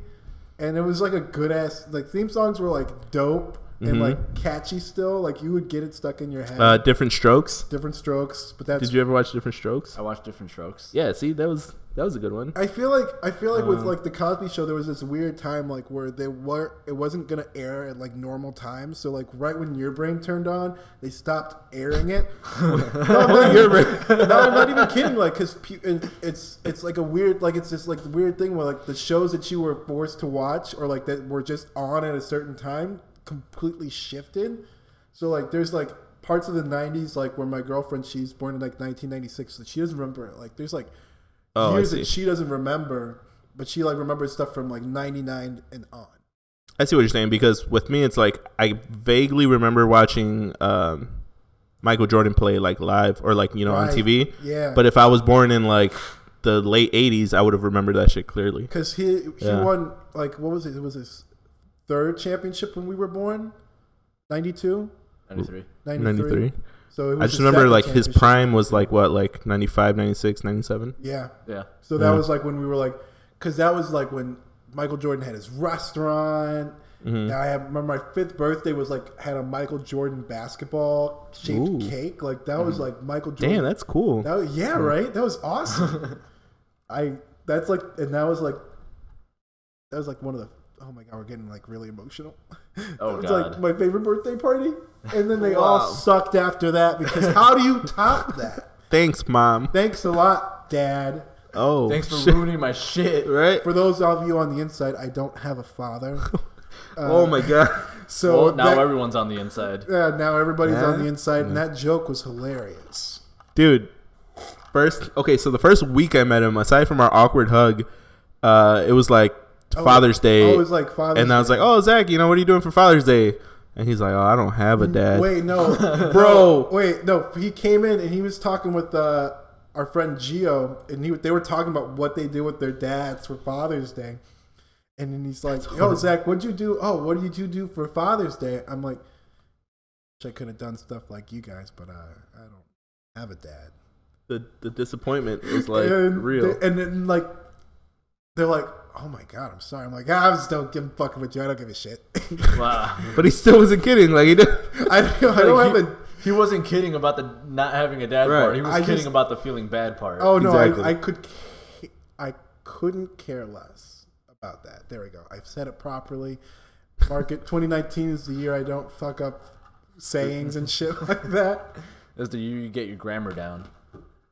S3: And it was like a good ass like theme songs were like dope and like catchy still. Like you would get it stuck in your head.
S1: Mm-hmm. Uh, different strokes.
S3: Different strokes, but that's.
S1: Did you ever watch Different Strokes?
S2: I watched Different Strokes.
S1: Yeah. See, that was that was a good one.
S3: I feel like I feel like with like the Cosby Show, there was this weird time like where they were it wasn't gonna air at like normal times. So like right when your brain turned on, they stopped airing it. no, I'm not, your brain. no, I'm not even kidding. Like because it's it's like a weird like it's this like weird thing where like the shows that you were forced to watch or like that were just on at a certain time completely shifted. So like there's like parts of the 90s like where my girlfriend she's born in like 1996 so she doesn't remember it like there's like
S1: Oh, I
S3: years
S1: see.
S3: that she doesn't remember, but she like remembers stuff from like '99 and on.
S1: I see what you're saying because with me, it's like I vaguely remember watching um, Michael Jordan play like live or like you know
S3: Right.
S1: on TV.
S3: Yeah.
S1: But if I was born in like the late '80s, I would have remembered that shit clearly.
S3: Because he he
S1: Yeah.
S3: won like what was it? It was his third championship when we were born, 92,
S2: 93.
S3: 93.
S1: '93.
S3: So it was
S1: I just
S3: his
S1: remember
S3: second
S1: like his
S3: championship.
S1: prime was like what, like '95, '96, '97.
S3: Yeah.
S2: Yeah.
S3: So that
S1: Yeah.
S3: was like when we were like, because that was like when Michael Jordan had his restaurant.
S1: Mm-hmm.
S3: And I have, remember my fifth birthday was like had a Michael Jordan basketball shaped
S1: Ooh. Mm-hmm.
S3: cake. Like that was like Michael Jordan.
S1: Damn, that's cool.
S3: That was- yeah, right. That was awesome. I that's like, and that was like, that was like one of the. Oh my god, we're getting like really emotional.
S2: Oh,
S3: that was like
S2: God.
S3: my favorite birthday party, and then they all sucked after that because how do you top that?
S1: Thanks, mom.
S3: Thanks a lot, Dad.
S1: Oh,
S2: Thanks for
S1: shit,
S2: ruining my shit.
S1: right.
S3: For those of you on the inside, I don't have a father,
S1: oh my god.
S3: so
S2: Well, now
S3: that-
S2: everyone's on the inside.
S3: yeah, now everybody's on
S1: Yeah.
S3: the inside, and that joke was hilarious.
S1: dude first okay so the first week i met him aside from our awkward hug uh it was like father's day
S3: Oh, it was like Father's
S1: and i was like oh zach you know what are you doing for father's day and he's like oh i don't have a dad
S3: Wait, no,
S1: Bro.
S3: Wait, no. He came in and he was talking with uh, our friend Gio, and he they were talking about what they do with their dads for Father's Day, and then he's like, "Yo, Zach, what'd you do? Oh, what did you do for Father's Day?" I'm like, "Wish I could have done stuff like you guys, but uh, I don't have a dad."
S1: the, the disappointment is like
S3: and
S1: real
S3: they- and then like they're like, "Oh my god, I'm sorry." I'm like, "Ah, "I just don't give a fuck with you. I don't give a shit.
S2: Wow.
S1: but he still wasn't kidding like he did
S3: I, don't- I
S2: Like,
S3: don't
S2: he,
S3: have a."
S2: he wasn't kidding about the not having a dad
S1: Right.
S2: part. He was
S3: I
S2: kidding
S3: just-
S2: about the feeling bad part.
S3: Oh no,
S1: Exactly.
S3: I, I could, ca- I couldn't care less about that. There we go. I've said it properly. Market 2019 is the year I don't fuck up sayings and shit like that.
S2: Is the you get your grammar down?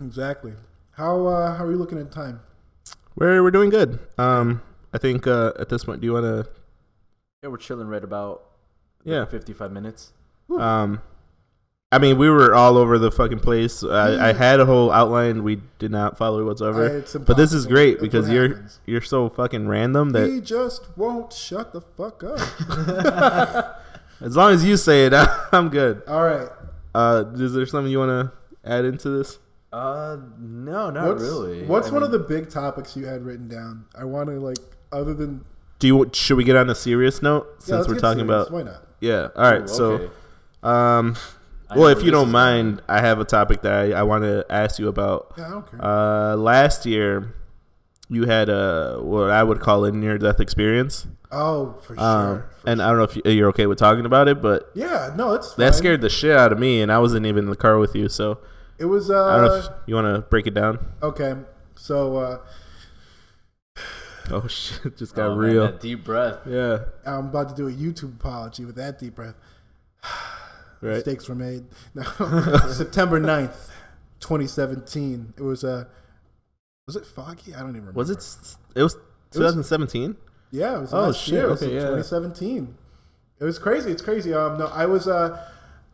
S3: Exactly. How uh, how are you looking at time?
S1: we're, we're doing good um i think uh at this point do you want to
S2: Yeah, we're chilling right about
S1: yeah
S2: 55 minutes.
S1: um I mean, we were all over the fucking place. I, I had a whole outline. We did not follow it
S3: I-
S1: whatsoever.
S3: Hmm. it's
S1: but this is
S3: impossible.
S1: great
S3: That's what
S1: because you're
S3: happens.
S1: you're so fucking random that
S3: He just won't shut the fuck up.
S1: As long as you say it, I'm good.
S3: All right.
S1: Uh, is there something you want to add into this?
S2: Uh, no, not
S3: What's,
S2: really.
S3: What's
S2: I
S3: one of
S2: mean,
S3: the big topics you had written down? I want to like other than
S1: Do you should we get on a serious note
S3: yeah,
S1: since
S3: let's
S1: we're
S3: get
S1: talking
S3: serious.
S1: about?
S3: Why not?
S1: Yeah. All right.
S2: Ooh,
S1: So,
S2: okay.
S1: um,
S2: I know
S1: well, if
S2: where
S1: you
S2: this
S1: don't
S2: is
S1: mind, I have a topic that I, I want to ask you about.
S3: Yeah, I don't care.
S1: Uh, last year, you had a what I would call a near-death experience.
S3: oh, for
S1: Um,
S3: sure.
S1: and I don't know if you- you're okay with talking about it, but
S3: Yeah, no, it's fine.
S1: that scared the shit out of me, and I wasn't even in the car with you. So
S3: It was uh
S1: I don't know if you want to break it down.
S3: Okay, so uh,
S1: Oh shit, just
S2: going.
S1: got
S2: Oh, man,
S1: real.
S2: that deep breath.
S1: yeah.
S3: I'm about to do a YouTube apology with that deep breath.
S1: Right.
S3: Mistakes were made. No. September 9th, 2017. It was Uh, was it foggy? I don't even remember.
S1: Was it? s- It was 2017.
S3: Yeah, it was
S1: Oh,
S3: last
S1: shit,
S3: year. It was
S1: okay,
S3: in
S1: yeah.
S3: 2017. It was crazy. It's crazy. Um, no, I was uh,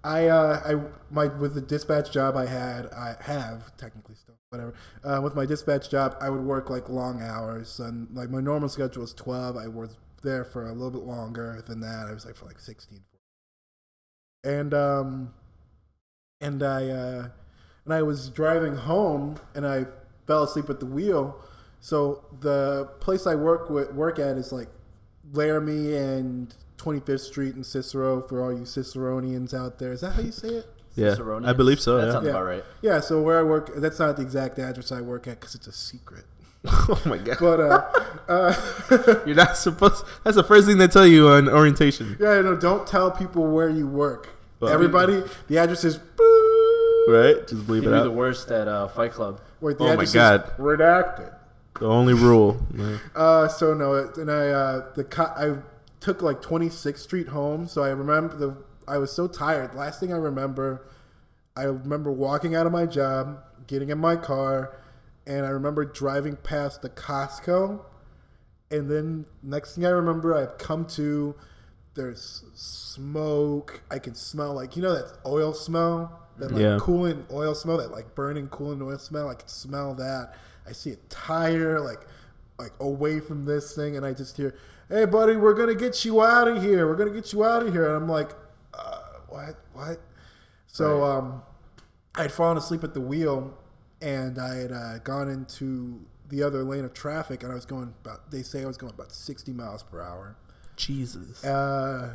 S3: I uh, I my with the dispatch job I had, I have technically still whatever. Uh, with my dispatch job, I would work like long hours, and like my normal schedule was 12. I was there for a little bit longer than that. I was like for like 16. And um, and I uh, and I was driving home, and I fell asleep at the wheel. So the place I work with, work at is like Laramie and 25th Street and Cicero for all you Ciceronians out there. Is that how you say it?
S1: Yeah,
S2: Ciceronians?
S1: I believe so.
S2: That
S1: Yeah.
S2: sounds
S3: Yeah.
S2: about right.
S3: Yeah. So where I work, that's not the exact address I work at because it's a secret.
S1: oh my god,
S3: But uh, uh,
S1: you're not supposed. That's the first thing they tell you on orientation,
S3: yeah, no, don't tell people where you work.
S1: Well-
S3: Everybody, the address is. boop.
S1: right? Just believe
S2: He'd
S1: it
S2: be the
S1: out.
S2: worst at uh, Fight Club.
S3: Wait, the
S1: Oh my
S3: address is
S1: God.
S3: redacted.
S1: The only rule.
S3: Uh, so no, it- and I uh, the co- I took like 26th Street home. So I remember the I was so tired. Last thing I remember, I remember walking out of my job, getting in my car, and I remember driving past the Costco. And then next thing I remember, I've come to. There's smoke. I can smell like you know that oil smell, that like
S1: Yeah.
S3: coolant oil smell, that like burning coolant oil smell. I can smell that. I see a tire like like away from this thing, and I just hear, "Hey, buddy, we're gonna get you out of here. We're gonna get you out of here." And I'm like, uh, "What? What?" So um, I'd fallen asleep at the wheel, and I had uh, gone into the other lane of traffic, and I was going about. They say I was going about sixty miles per hour.
S1: Jesus.
S3: Uh,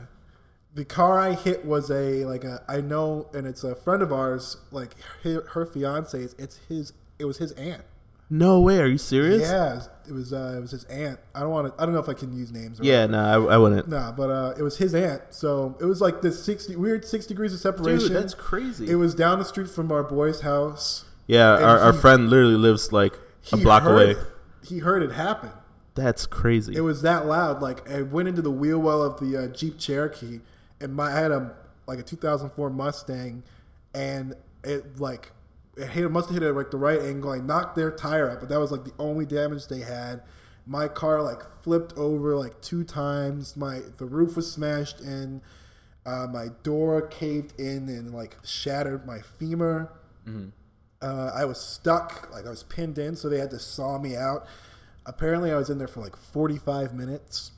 S3: the car I hit was a like a I know, and it's a friend of ours. Like her, her fiance's. It's his. It was his aunt.
S1: No way. Are you serious?
S3: Yeah, it was. Uh, it was his aunt. I don't want to. I don't know if I can use names. Or
S1: Yeah, no, I, I wouldn't.
S3: Nah, but uh, it was his aunt. So it was like this sixty weird six degrees of separation.
S1: Dude, that's crazy.
S3: It was down the street from our boy's house.
S1: yeah,
S3: and
S1: our, our
S3: he-
S1: friend literally lives like a block
S3: heard,
S1: away.
S3: He heard it happen.
S1: That's crazy.
S3: It was that loud. Like I went into the wheel well of the uh, Jeep Cherokee, and my I had a like a 2004 Mustang, and it like it hit it must have hit it like the right angle. I knocked their tire out, but that was like the only damage they had. My car like flipped over like two times. My the roof was smashed in. Uh, my door caved in and like shattered my femur uh, I was stuck, like I was pinned in, so they had to saw me out. Apparently, I was in there for like 45 minutes.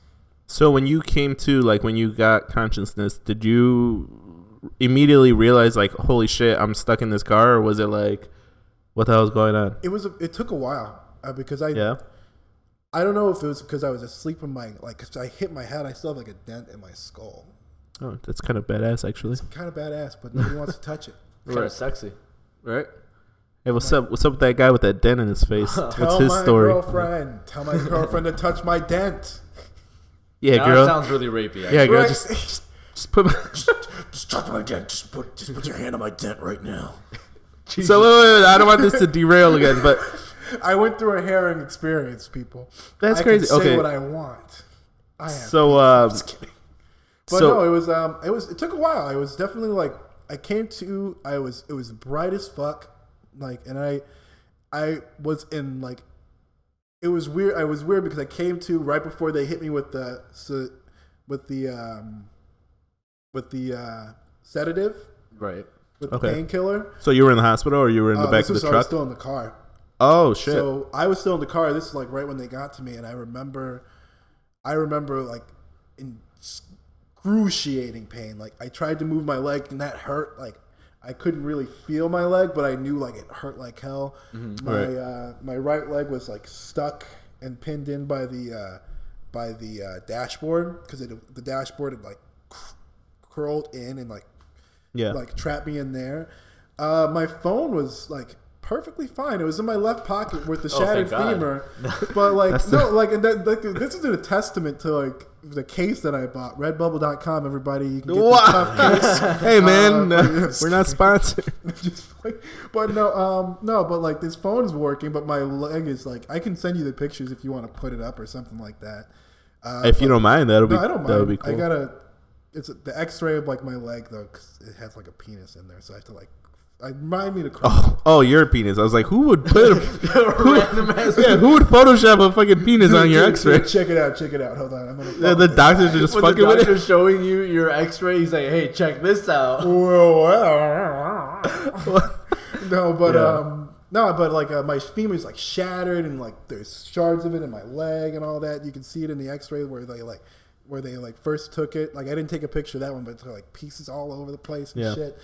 S1: so when you came to, like, when you got consciousness, did you immediately realize, like, holy shit, I'm stuck in this car, or was it like, what the hell's going on?
S3: It was, a, it took a while uh, because I,
S1: Yeah.
S3: I don't know if it was because I was asleep in my, like, 'cause I hit my head. I still have like a dent in my skull.
S1: Oh, that's kind of badass, actually.
S3: Kind of badass, but nobody wants to touch it.
S2: Kind of sexy.
S1: Right. Hey, what's up? What's up with that guy with that dent in his face? what's
S3: Tell
S1: his
S3: Oh my
S1: story?
S3: girlfriend. Tell my girlfriend to touch my dent.
S1: Yeah,
S2: Now
S1: girl.
S2: it sounds really rapey. Actually.
S1: yeah, girl.
S3: Right.
S1: Just, just, just put. My-
S3: Just touch my dent. Just put, just put your hand on my dent right now.
S1: so wait, wait, wait, I don't want this to derail again, but
S3: I went through a herring experience, people.
S1: That's
S3: I
S1: crazy.
S3: Can say
S1: Okay.
S3: what I want. I am.
S1: so um,
S3: Just kidding. But
S1: so
S3: no, it was um, it was it took a while. I was definitely like I came to I was it was bright as fuck, like and I I was in like it was weird. I was weird because I came to right before they hit me with the so, with the um with the uh, sedative
S2: Right.
S3: with
S1: Okay.
S3: the painkiller.
S1: so you were in the hospital or you were in the
S3: Uh,
S1: back
S3: this
S1: of the
S3: was- I was
S1: truck?
S3: still in the car.
S1: oh shit!
S3: So I was still in the car. This is like right when they got to me, and I remember, I remember like in excruciating pain. Like I tried to move my leg, and that hurt. Like I couldn't really feel my leg, but I knew like it hurt like hell. My
S1: Mm-hmm. Right.
S3: uh, my right leg was like stuck and pinned in by the uh, by the uh, dashboard because the dashboard had like cr- curled in and like
S1: yeah,
S3: like trap me in there. Uh, my phone was like perfectly fine. It was in my left pocket with the
S2: thank
S3: shattered
S2: God.
S3: femur. But like
S1: Oh, That's
S3: no, like and that, like this is a testament to like the case that I bought. Redbubble.com. Everybody, you can get the
S1: Wow.
S3: tough case.
S1: hey man,
S3: Uh,
S1: we're not sponsored.
S3: Just like- but no, um, no, but like this phone's working, but my leg is like I can send you the pictures if you want to put it up or something like that. Uh,
S1: if you don't mind, that'll be
S3: no, I don't mind.
S1: that would be cool.
S3: I gotta. It's the X-ray of like my leg though, 'cause it has like a penis in there, so I have to like. I remind me to. Cry.
S1: oh, oh, your penis. I was like, who would put a who, yeah, who would Photoshop a fucking penis on your
S3: Dude,
S1: X-ray?
S3: dude, Check it out. Check it out. Hold on. I'm gonna.
S1: The, the doctors are just
S2: When the
S1: fucking with it.
S2: doctor's showing you your X-ray, he's like, "Hey, check this out."
S3: no, but
S1: Yeah.
S3: um, no, but like uh, my femur's like shattered, and like there's shards of it in my leg and all that. You can see it in the X-ray where they like where they like first took it. Like I didn't take a picture of that one, but it's like pieces all over the place and
S1: Yeah.
S3: shit.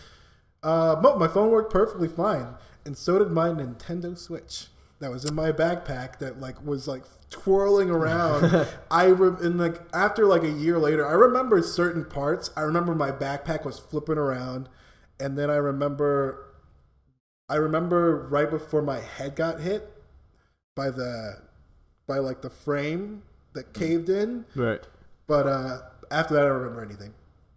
S3: Uh, but my phone worked perfectly fine, and so did my Nintendo Switch that was in my backpack that like was like twirling around. I re- and like after like a year later, I remember certain parts. I remember my backpack was flipping around, and then I remember I remember right before my head got hit by the by like the frame that caved in,
S1: Right.
S3: but uh, after that I don't remember anything.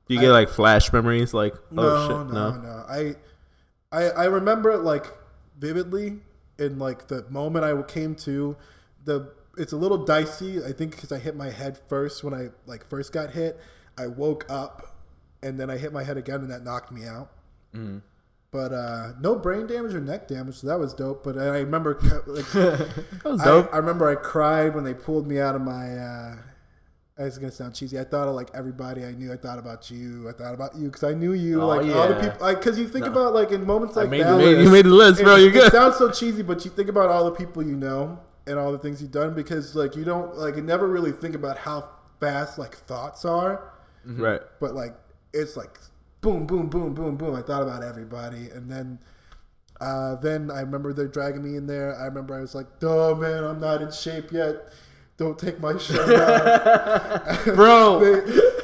S1: Do you get like flash memories? Like,
S3: No,
S1: oh shit,
S3: no,
S1: no.
S3: no, I, I I remember it like vividly in like the moment I came to the it's a little dicey, I think cuz I hit my head first when I like first got hit. I woke up and then I hit my head again and that knocked me out.
S1: Mm.
S3: But uh, no brain damage or neck damage, so that was dope. But I remember, like,
S1: That was
S3: I,
S1: dope.
S3: I remember I cried when they pulled me out of my. Uh, I was gonna sound cheesy. I thought of like everybody I knew. I thought about you. I thought about you because I knew you.
S1: Oh,
S2: Aw,
S3: like all the
S2: yeah.
S3: people, like because you think about like in moments like
S2: made
S3: that.
S2: the
S1: You made- you
S2: list.
S1: made the list,
S3: it-
S1: bro. You're
S3: It
S1: good.
S3: sounds so cheesy, but you think about all the people you know and all the things you've done because like you don't like you never really think about how fast like thoughts are
S1: Right.
S3: but like it's like boom, boom, boom, boom, boom. I thought about everybody, and then Uh, then I remember they're dragging me in there. I remember I was like, "Duh, man, I'm not in shape yet. Don't take my shirt off."
S1: bro.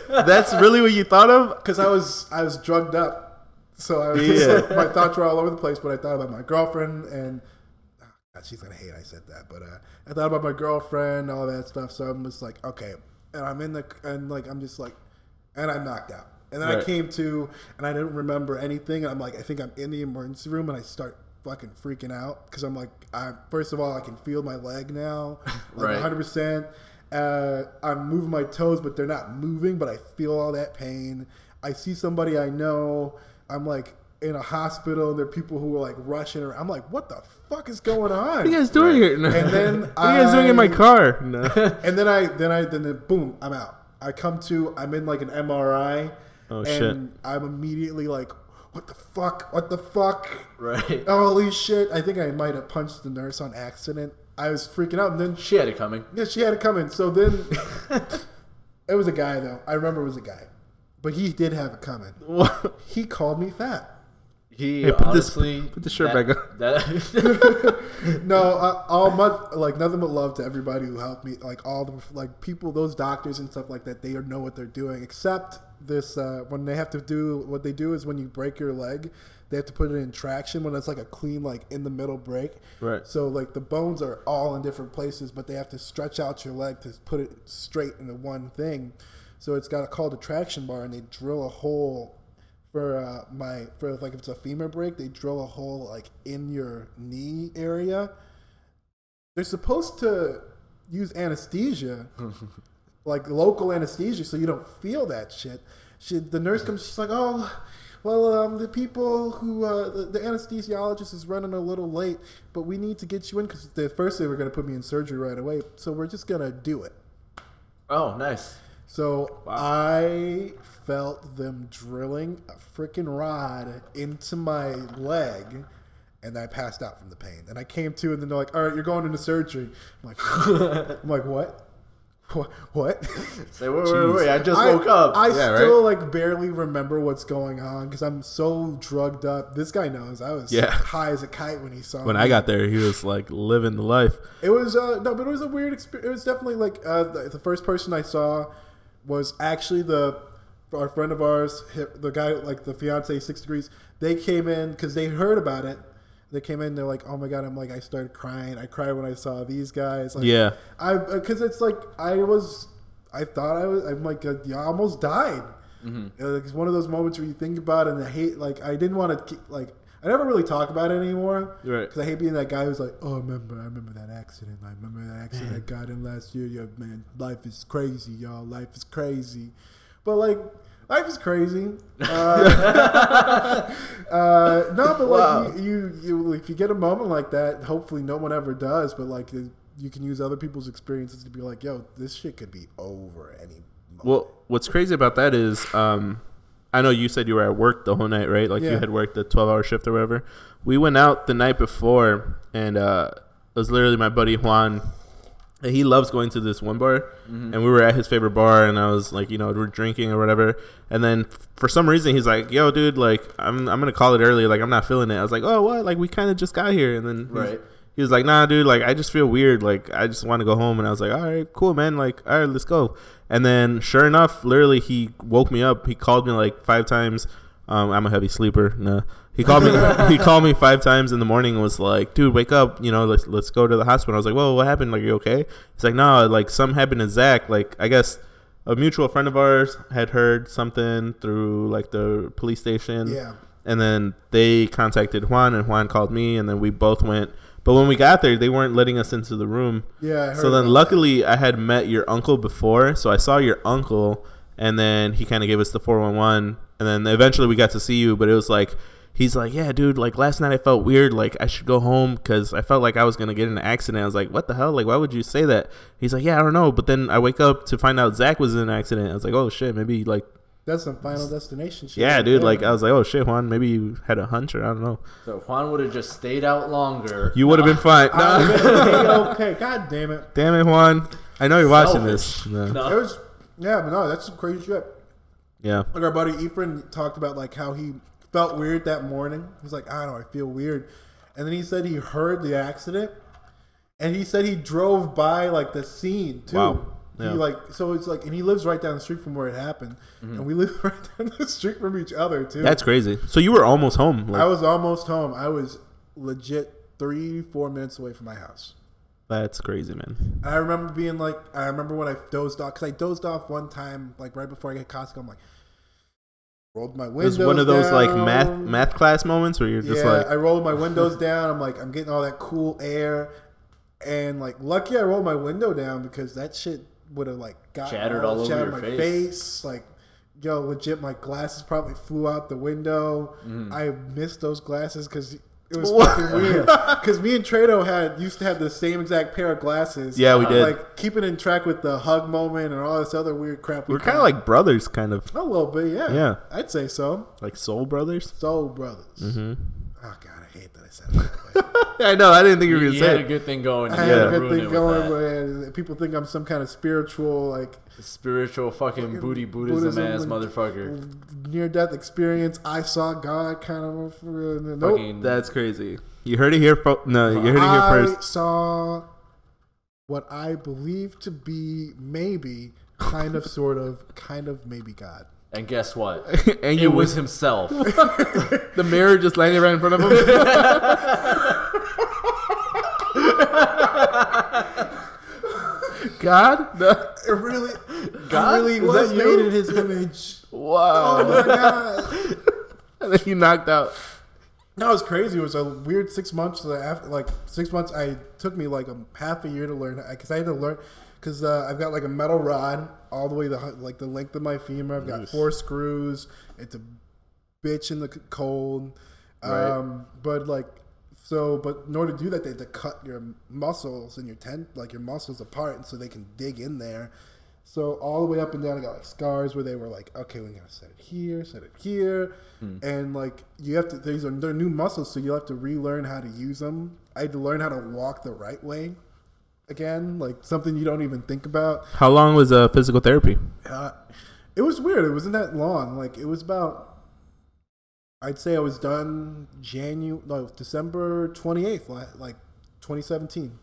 S1: that's really what you thought of?
S3: because I was I was drugged up, so I was just
S1: Yeah.
S3: like, my thoughts were all over the place. But I thought about my girlfriend, and oh, God, she's gonna hate I said that, but uh, I thought about my girlfriend, all that stuff. So I'm just like, okay, and I'm in the and like I'm just like, and I'm knocked out. And then I
S2: Right.
S3: came to, and I didn't remember anything. And I'm like, I think I'm in the emergency room, and I start fucking freaking out because I'm like, I first of all, I can feel my leg now, like
S2: Right.
S3: 100 percent. Uh, I'm moving my toes, but they're not moving. But I feel all that pain. I see somebody I know. I'm like in a hospital, and there are people who are like rushing. Around. I'm like, what the fuck is going
S1: What are you
S3: on?
S1: guys doing here? No.
S3: And then
S1: what are you guys doing in my
S3: I-
S1: car? No.
S3: And then I, then I, then the, boom, I'm out. I come to, I'm in like an MRI,
S1: Oh,
S3: and
S1: shit.
S3: I'm immediately like, what the fuck? What the fuck?
S2: Right.
S3: Holy shit! I think I might have punched the nurse on accident. I was freaking out, and then
S2: She had it coming.
S3: Yeah, she had it coming. So then it was a guy though. I remember it was a guy. But he did have it coming. He called me fat.
S2: He
S1: Hey, put this-
S2: honestly
S1: put the shirt
S2: that-
S1: back on.
S2: That,
S3: No, uh, all much like nothing but love to everybody who helped me. Like all the like people, those doctors and stuff like that. They know what they're doing. Except this, uh, when they have to do what they do is when you break your leg, they have to put it in traction when it's like a clean like in the middle break.
S1: Right.
S3: So like the bones are all in different places, but they have to stretch out your leg to put it straight into one thing. So it's got a called a traction bar, and they drill a hole for uh, my for like if it's a femur break, they drill a hole like in your knee area. They're supposed to use anesthesia, like local anesthesia, so you don't feel that shit. She, the nurse comes, she's like, oh. Well, um, the people who uh, the, the anesthesiologist is running a little late, but we need to get you in because the first they were going to put me in surgery right away. So we're just going to do it.
S2: oh, nice.
S3: So I felt them drilling a freaking rod into my leg, and I passed out from the pain. And I came to, and then they're like, "All right, you're going into surgery." I'm like, "I'm like what? What? What?"
S2: Say, wait, wait, wait, I just woke
S3: I,
S2: up.
S3: I
S1: Yeah,
S3: still like barely remember what's going on because I'm so drugged up. This guy knows I was
S1: Yeah.
S3: high as a kite when he saw
S1: when
S3: me.
S1: I got there, he was like living the life.
S3: It was uh, no, but it was a weird experience. It was definitely like uh, the, the first person I saw was actually the our friend of ours, hi- the guy like the fiance Six Degrees. They came in because they heard about it. They came in. They're like, "Oh my god!" I'm like, I started crying. I cried when I saw these guys. Like,
S1: Yeah.
S3: I because it's like I was, I thought I was. I'm like, uh, yeah, I almost died. Uh, It's one of those moments where you think about it and I hate. Like, I didn't want to keep like. I never really talk about it anymore.
S1: Right.
S3: Because I hate being that guy who's like, oh, I remember, I remember that accident. I remember that accident I got in last year. Yo, man, life is crazy, y'all. Life is crazy. But, like, life is crazy. Uh, uh, no, but,
S2: Wow.
S3: like, you, you, you, if you get a moment like that, hopefully no one ever does, but, like, you can use other people's experiences to be like, yo, this shit could be over any moment.
S1: Well, what's crazy about that is, um, I know you said you were at work the whole night, right? Like you
S3: Yeah.
S1: had worked a 12 hour shift or whatever. We went out the night before, and uh, it was literally my buddy Juan. And he loves going to this one bar, and we were at his favorite bar, and I was like, you know, we're drinking or whatever. And then f- for some reason, he's like, "Yo, dude, like, I'm I'm gonna call it early. Like, I'm not feeling it." I was like, "Oh, what? Like, we kind of just got here." And then he's-
S2: Right.
S1: he was like, nah, dude, like, I just feel weird. Like, I just want to go home. And I was like, all right, cool, man. Like, all right, let's go. And then, sure enough, literally, he woke me up. He called me like five times. Um, I'm a heavy sleeper. Nah. He called me. he called me five times in the morning. and Was like, dude, wake up. You know, let's let's go to the hospital. I was like, whoa, what happened? Like, you okay? He's like, no, like something happened to Zach. Like, I guess a mutual friend of ours had heard something through like the police station.
S3: Yeah.
S1: And then they contacted Juan, and Juan called me, and then we both went. But when we got there, they weren't letting us into the room.
S3: Yeah, I heard
S1: So then,
S3: about
S1: luckily, I had met your uncle before, so I saw your uncle, and then he kind of gave us the four one one, and then eventually we got to see you. But it was like he's like, "Yeah, dude, like last night I felt weird. Like I should go home because I felt like I was gonna get in an accident." I was like, "What the hell? Like why would you say that?" He's like, "Yeah, I don't know." But then I wake up to find out Zach was in an accident. I was like, "Oh shit, maybe like."
S3: That's some final destination shit.
S1: Yeah,
S3: right
S1: dude.
S3: there.
S1: Like I was like, oh shit, Juan. Maybe you had a hunch, or I don't know.
S2: So Juan would have just stayed out longer.
S1: You would have been fine.
S3: I
S1: Nah.
S3: was like, Ah, okay, god damn it.
S1: Damn it, Juan. I know you're watching this.
S2: Selfish.
S1: No.
S3: It was, yeah, but no, that's some crazy shit.
S1: Yeah.
S3: Like our buddy Ephraim talked about like how he felt weird that morning. He's like, I don't know, I feel weird. and then he said he heard the accident, and he said he drove by like the scene too.
S1: Wow. Yeah. Mm-hmm.
S3: He like so it's like and he lives right down the street from where it happened, and we live right down the street from each other too.
S1: That's crazy. So you were almost home. Like,
S3: I was almost home. I was legit three four minutes away from my house.
S1: that's crazy, man.
S3: I remember being like, I remember when I dozed off because I dozed off one time, like right before I got Costco. I'm like, rolled my
S1: It was
S3: windows.
S1: one of those like math
S3: down.
S1: math class moments where you're just
S3: yeah,
S1: like,
S3: I rolled my windows down. I'm like, I'm getting all that cool air, and like, lucky I rolled my window down because that shit would have like got
S2: Shattered all over your
S3: my
S2: face.
S3: Like, yo, legit, my glasses probably flew out the window.
S1: Mm-hmm.
S3: I missed those glasses because it was
S1: What?
S3: fucking weird. Because me and Trado had used to have the same exact pair of glasses.
S1: Yeah, we did.
S3: Like keeping in track with the hug moment and all this other weird crap. We
S1: we're kind of
S3: caught.
S1: like brothers, kind of
S3: a little bit, yeah.
S1: Yeah.
S3: I'd say so.
S1: like soul brothers.
S3: Soul Brothers. Oh God, I hate that I said it that. Way.
S1: I know. I didn't think you were
S2: You,
S1: gonna
S2: you
S1: say.
S2: had a
S1: it.
S2: good thing going.
S3: I
S2: you
S3: had
S1: Yeah.
S3: a
S2: gotta
S3: good
S2: ruin it
S3: thing
S2: with
S3: going
S2: that.
S3: where people think I'm some kind of spiritual, like
S2: Spiritual fucking booty Buddhism, ass
S3: and-
S2: motherfucker.
S3: near death experience. I saw God, kind of. Nope.
S2: Fucking
S1: That's crazy. You heard it here. Fo- no, you heard it here
S3: I
S1: first.
S3: saw what I believe to be maybe kind of, sort of, kind of maybe God.
S2: and guess what?
S1: and
S2: It
S1: you
S2: was himself.
S1: the mirror just landed right in front of him. God, No.
S3: It really,
S2: God?
S3: God really
S2: Was that
S3: was
S2: you?
S3: made in His image.
S1: wow!
S3: Oh my God.
S1: And then you knocked out.
S3: No, it was crazy. It was a weird six months. that After, like six months, I took me like a half a year to learn because I had to learn because uh, I've got like a metal rod all the way the hu- like the length of my femur. I've got four screws. It's a bitch in the c- cold.
S2: Right.
S3: Um, but like so, but in order to do that, they had to cut your muscles and your ten like your muscles apart, and so they can dig in there. So all the way up and down, I got like scars where they were like, okay, we're gonna set it here, set it here, and like you have to. These are they're new muscles, so you will have to relearn how to use them. I had to learn how to walk the right way again, like something you don't even think about.
S1: How long was uh, physical therapy?
S3: Uh, it was weird. It wasn't that long. Like it was about. I'd say I was done January, no, December twenty eighth, like twenty seventeen.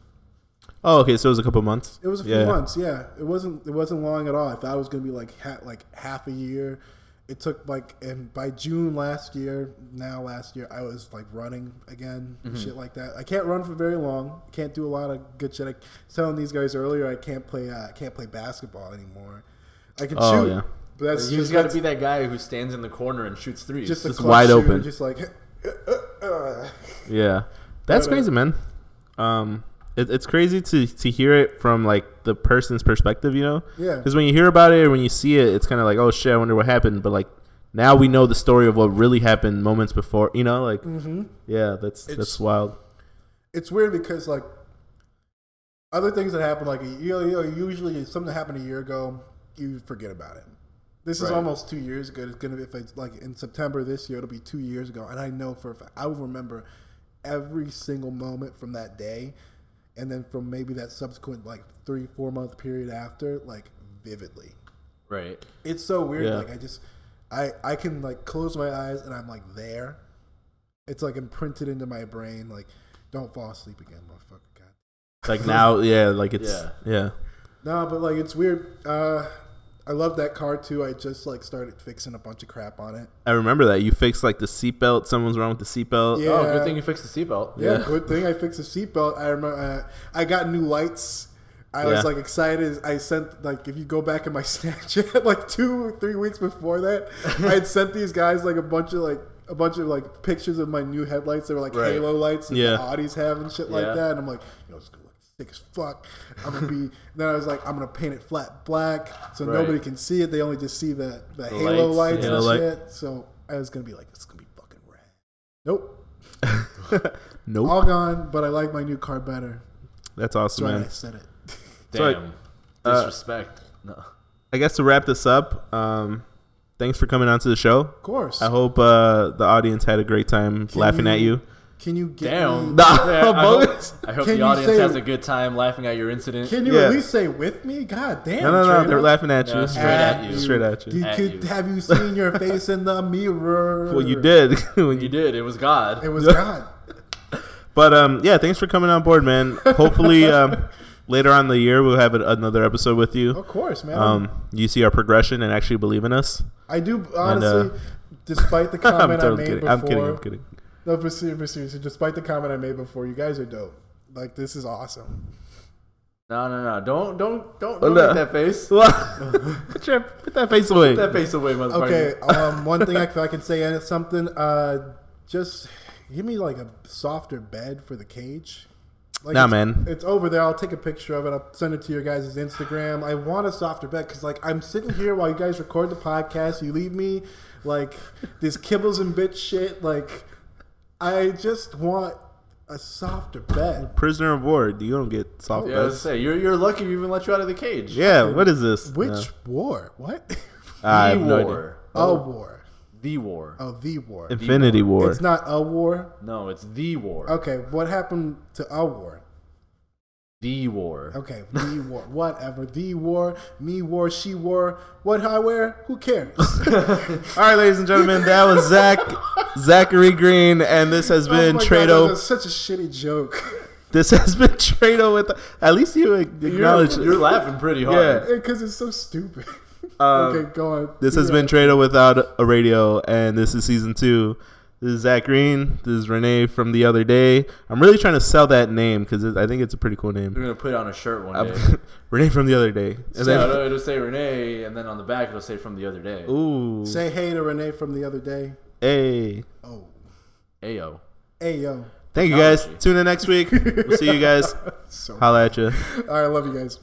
S1: Oh, okay, so it was a couple months.
S3: It was a few
S1: Yeah.
S3: months. Yeah, it wasn't. It wasn't long at all. I thought it was gonna be like ha- like half a year. It took like and by June last year, now last year, I was like running again, and
S1: Mm-hmm.
S3: shit like that. I can't run for very long. Can't do a lot of good shit. I was telling these guys earlier, I can't play. Uh, I can't play basketball anymore. I can
S1: Oh,
S3: shoot,
S1: yeah.
S3: but that's
S2: You
S3: just
S2: just got to be that guy who stands in the corner and shoots threes.
S3: just, a
S1: Just
S3: clutch
S1: wide
S3: shooter,
S1: open.
S3: Just like
S1: Yeah, that's
S3: But, uh,
S1: crazy, man. Um, it, it's crazy to to hear it from like the person's perspective, you know.
S3: Yeah.
S1: Because when you hear about it or when you see it, it's kind of like, oh shit, I wonder what happened. But like now we know the story of what really happened moments before, you know. Like, yeah, that's that's
S3: Mm-hmm. It's-
S1: wild.
S3: it's weird because like other things that happen, like you know, you know, usually if something happened a year ago, you forget about it. This is
S2: Right.
S3: almost two years ago. It's gonna be if it's like in September this year, it'll be two years ago, and I know for a fact I will remember every single moment from that day, and then from maybe that subsequent like three four month period after, like vividly.
S2: right.
S3: It's so weird.
S1: Yeah.
S3: Like I just, I I can like close my eyes and I'm like there. It's like imprinted into my brain. Like, don't fall asleep again, motherfucker. God.
S1: Like now, yeah, like it's
S2: Yeah.
S1: yeah.
S3: No, but like it's weird. Uh, I love that car too. I just like started fixing a bunch of crap on it.
S1: I remember that you fixed like the seatbelt. Someone's wrong with the seatbelt.
S3: Yeah.
S2: Oh, good thing you fixed the seatbelt.
S3: Yeah,
S1: Yeah.
S3: good thing I fixed the seatbelt. I remember uh, I got new lights. I
S1: Yeah.
S3: was like excited. I sent like if you go back in my Snapchat, like two or three weeks before that, I had sent these guys like a bunch of like a bunch of like pictures of my new headlights. They were like
S2: Right.
S3: halo lights that
S1: Yeah.
S3: the Audis have and shit like
S2: Yeah.
S3: that. And I'm like, you know, it's gonna look sick as fuck. I'm gonna be. then I was like, I'm gonna paint it flat black so
S2: Right.
S3: nobody can see it. They only just see the the, halo
S2: lights,
S3: lights,
S1: halo
S3: and
S1: light.
S3: shit. So I was gonna be like, it's gonna be fucking rad. Nope
S1: Nope.
S3: all gone, but I like my new car better.
S1: That's awesome,
S3: That's why I
S1: man.
S3: said it.
S1: So,
S2: Damn.
S1: uh,
S2: Disrespect. no.
S1: I guess to wrap this up, um, thanks for coming on to the show.
S3: Of course.
S1: I hope uh, the audience had a great time laughing
S3: you-
S1: at you.
S3: Can you get
S2: Damn.
S3: me?
S1: Nah,
S2: Yeah, I hope,
S1: bogus.
S2: I hope
S3: Can
S2: the
S3: you
S2: audience
S3: say-
S2: has a good time laughing at your incident.
S3: Can you
S1: Yeah.
S3: at least say with me? God damn.
S1: No, no, no.
S3: Trina.
S1: They're laughing at
S2: No,
S1: you.
S2: straight at you.
S1: Straight at you.
S3: You
S2: At
S3: could
S2: you.
S3: have you seen your face in the mirror?
S1: Well, you did. when
S2: you
S1: you,
S2: did. It was God.
S3: It was God.
S1: But um, yeah, thanks for coming on board, man. Hopefully, um, later on in the year we'll have an- another episode with you.
S3: Of course, man.
S1: Um, you see our progression and actually believe in us.
S3: I do honestly, despite the
S1: uh, I'm
S3: comment I
S1: totally
S3: made
S1: kidding.
S3: before.
S1: I'm kidding. I'm kidding.
S3: No, for ser- for seriously, despite the comment I made before, you guys are dope. Like this is awesome.
S2: No, no, no! Don't, don't, don't, don't
S1: no.
S2: make that face.
S1: put, your, put that face away.
S2: That face away, motherfucker.
S3: Okay, um, one thing I, if I can say and it's something, uh, just give me like a softer bed for the cage. Like
S1: Nah,
S3: it's-
S1: man.
S3: It's over there. I'll take a picture of it. I'll send it to your guys' Instagram. I want a softer bed because, like, I'm sitting here while you guys record the podcast. You leave me, like, this kibbles and bitch shit. Like, I just want a softer bed.
S1: Prisoner of war. You don't get soft
S2: Yeah, I was
S1: butts.
S2: gonna say you're you're lucky we even let you out of the cage.
S1: Yeah. Oh. What is this?
S3: Which
S1: No.
S3: war? What?
S1: I
S2: the
S1: have no idea.
S2: war,
S3: a war.
S2: the war.
S3: Oh, the war.
S1: Infinity War.
S3: It's not a war.
S2: No, it's the war,
S3: Okay, what happened to a war?
S2: the war.
S3: Okay, the war. Whatever. The war. Me war. She war. What I wear? Who cares?
S1: All right, ladies and gentlemen, that was Zach Zachary Green, and this has been
S3: Oh my God,
S1: Trado.
S3: that was such a shitty joke.
S1: This has been Trado with. At least you
S2: You're,
S1: acknowledge.
S2: you're laughing pretty hard.
S1: Yeah.
S3: Because it's so stupid. okay, go on.
S1: Uh, Um, This has been Trado without a radio, and this is season two. This is Zach Green. This is Renee from the other day. I'm really trying to sell that name because I think it's a pretty cool
S2: You're
S1: name.
S2: gonna put it on a shirt one day.
S1: Renee from the other day. And
S2: So
S1: then,
S2: it'll, it'll say Renee, and then on the back it'll say from the other day.
S1: ooh,
S3: Say hey to Renee from the other day.
S1: hey.
S3: Oh,
S2: Ayo.
S3: hey yo.
S1: Thank you guys. Tune in next week. We'll see you guys.
S3: So, all
S1: Holla at you.
S3: right, love you guys.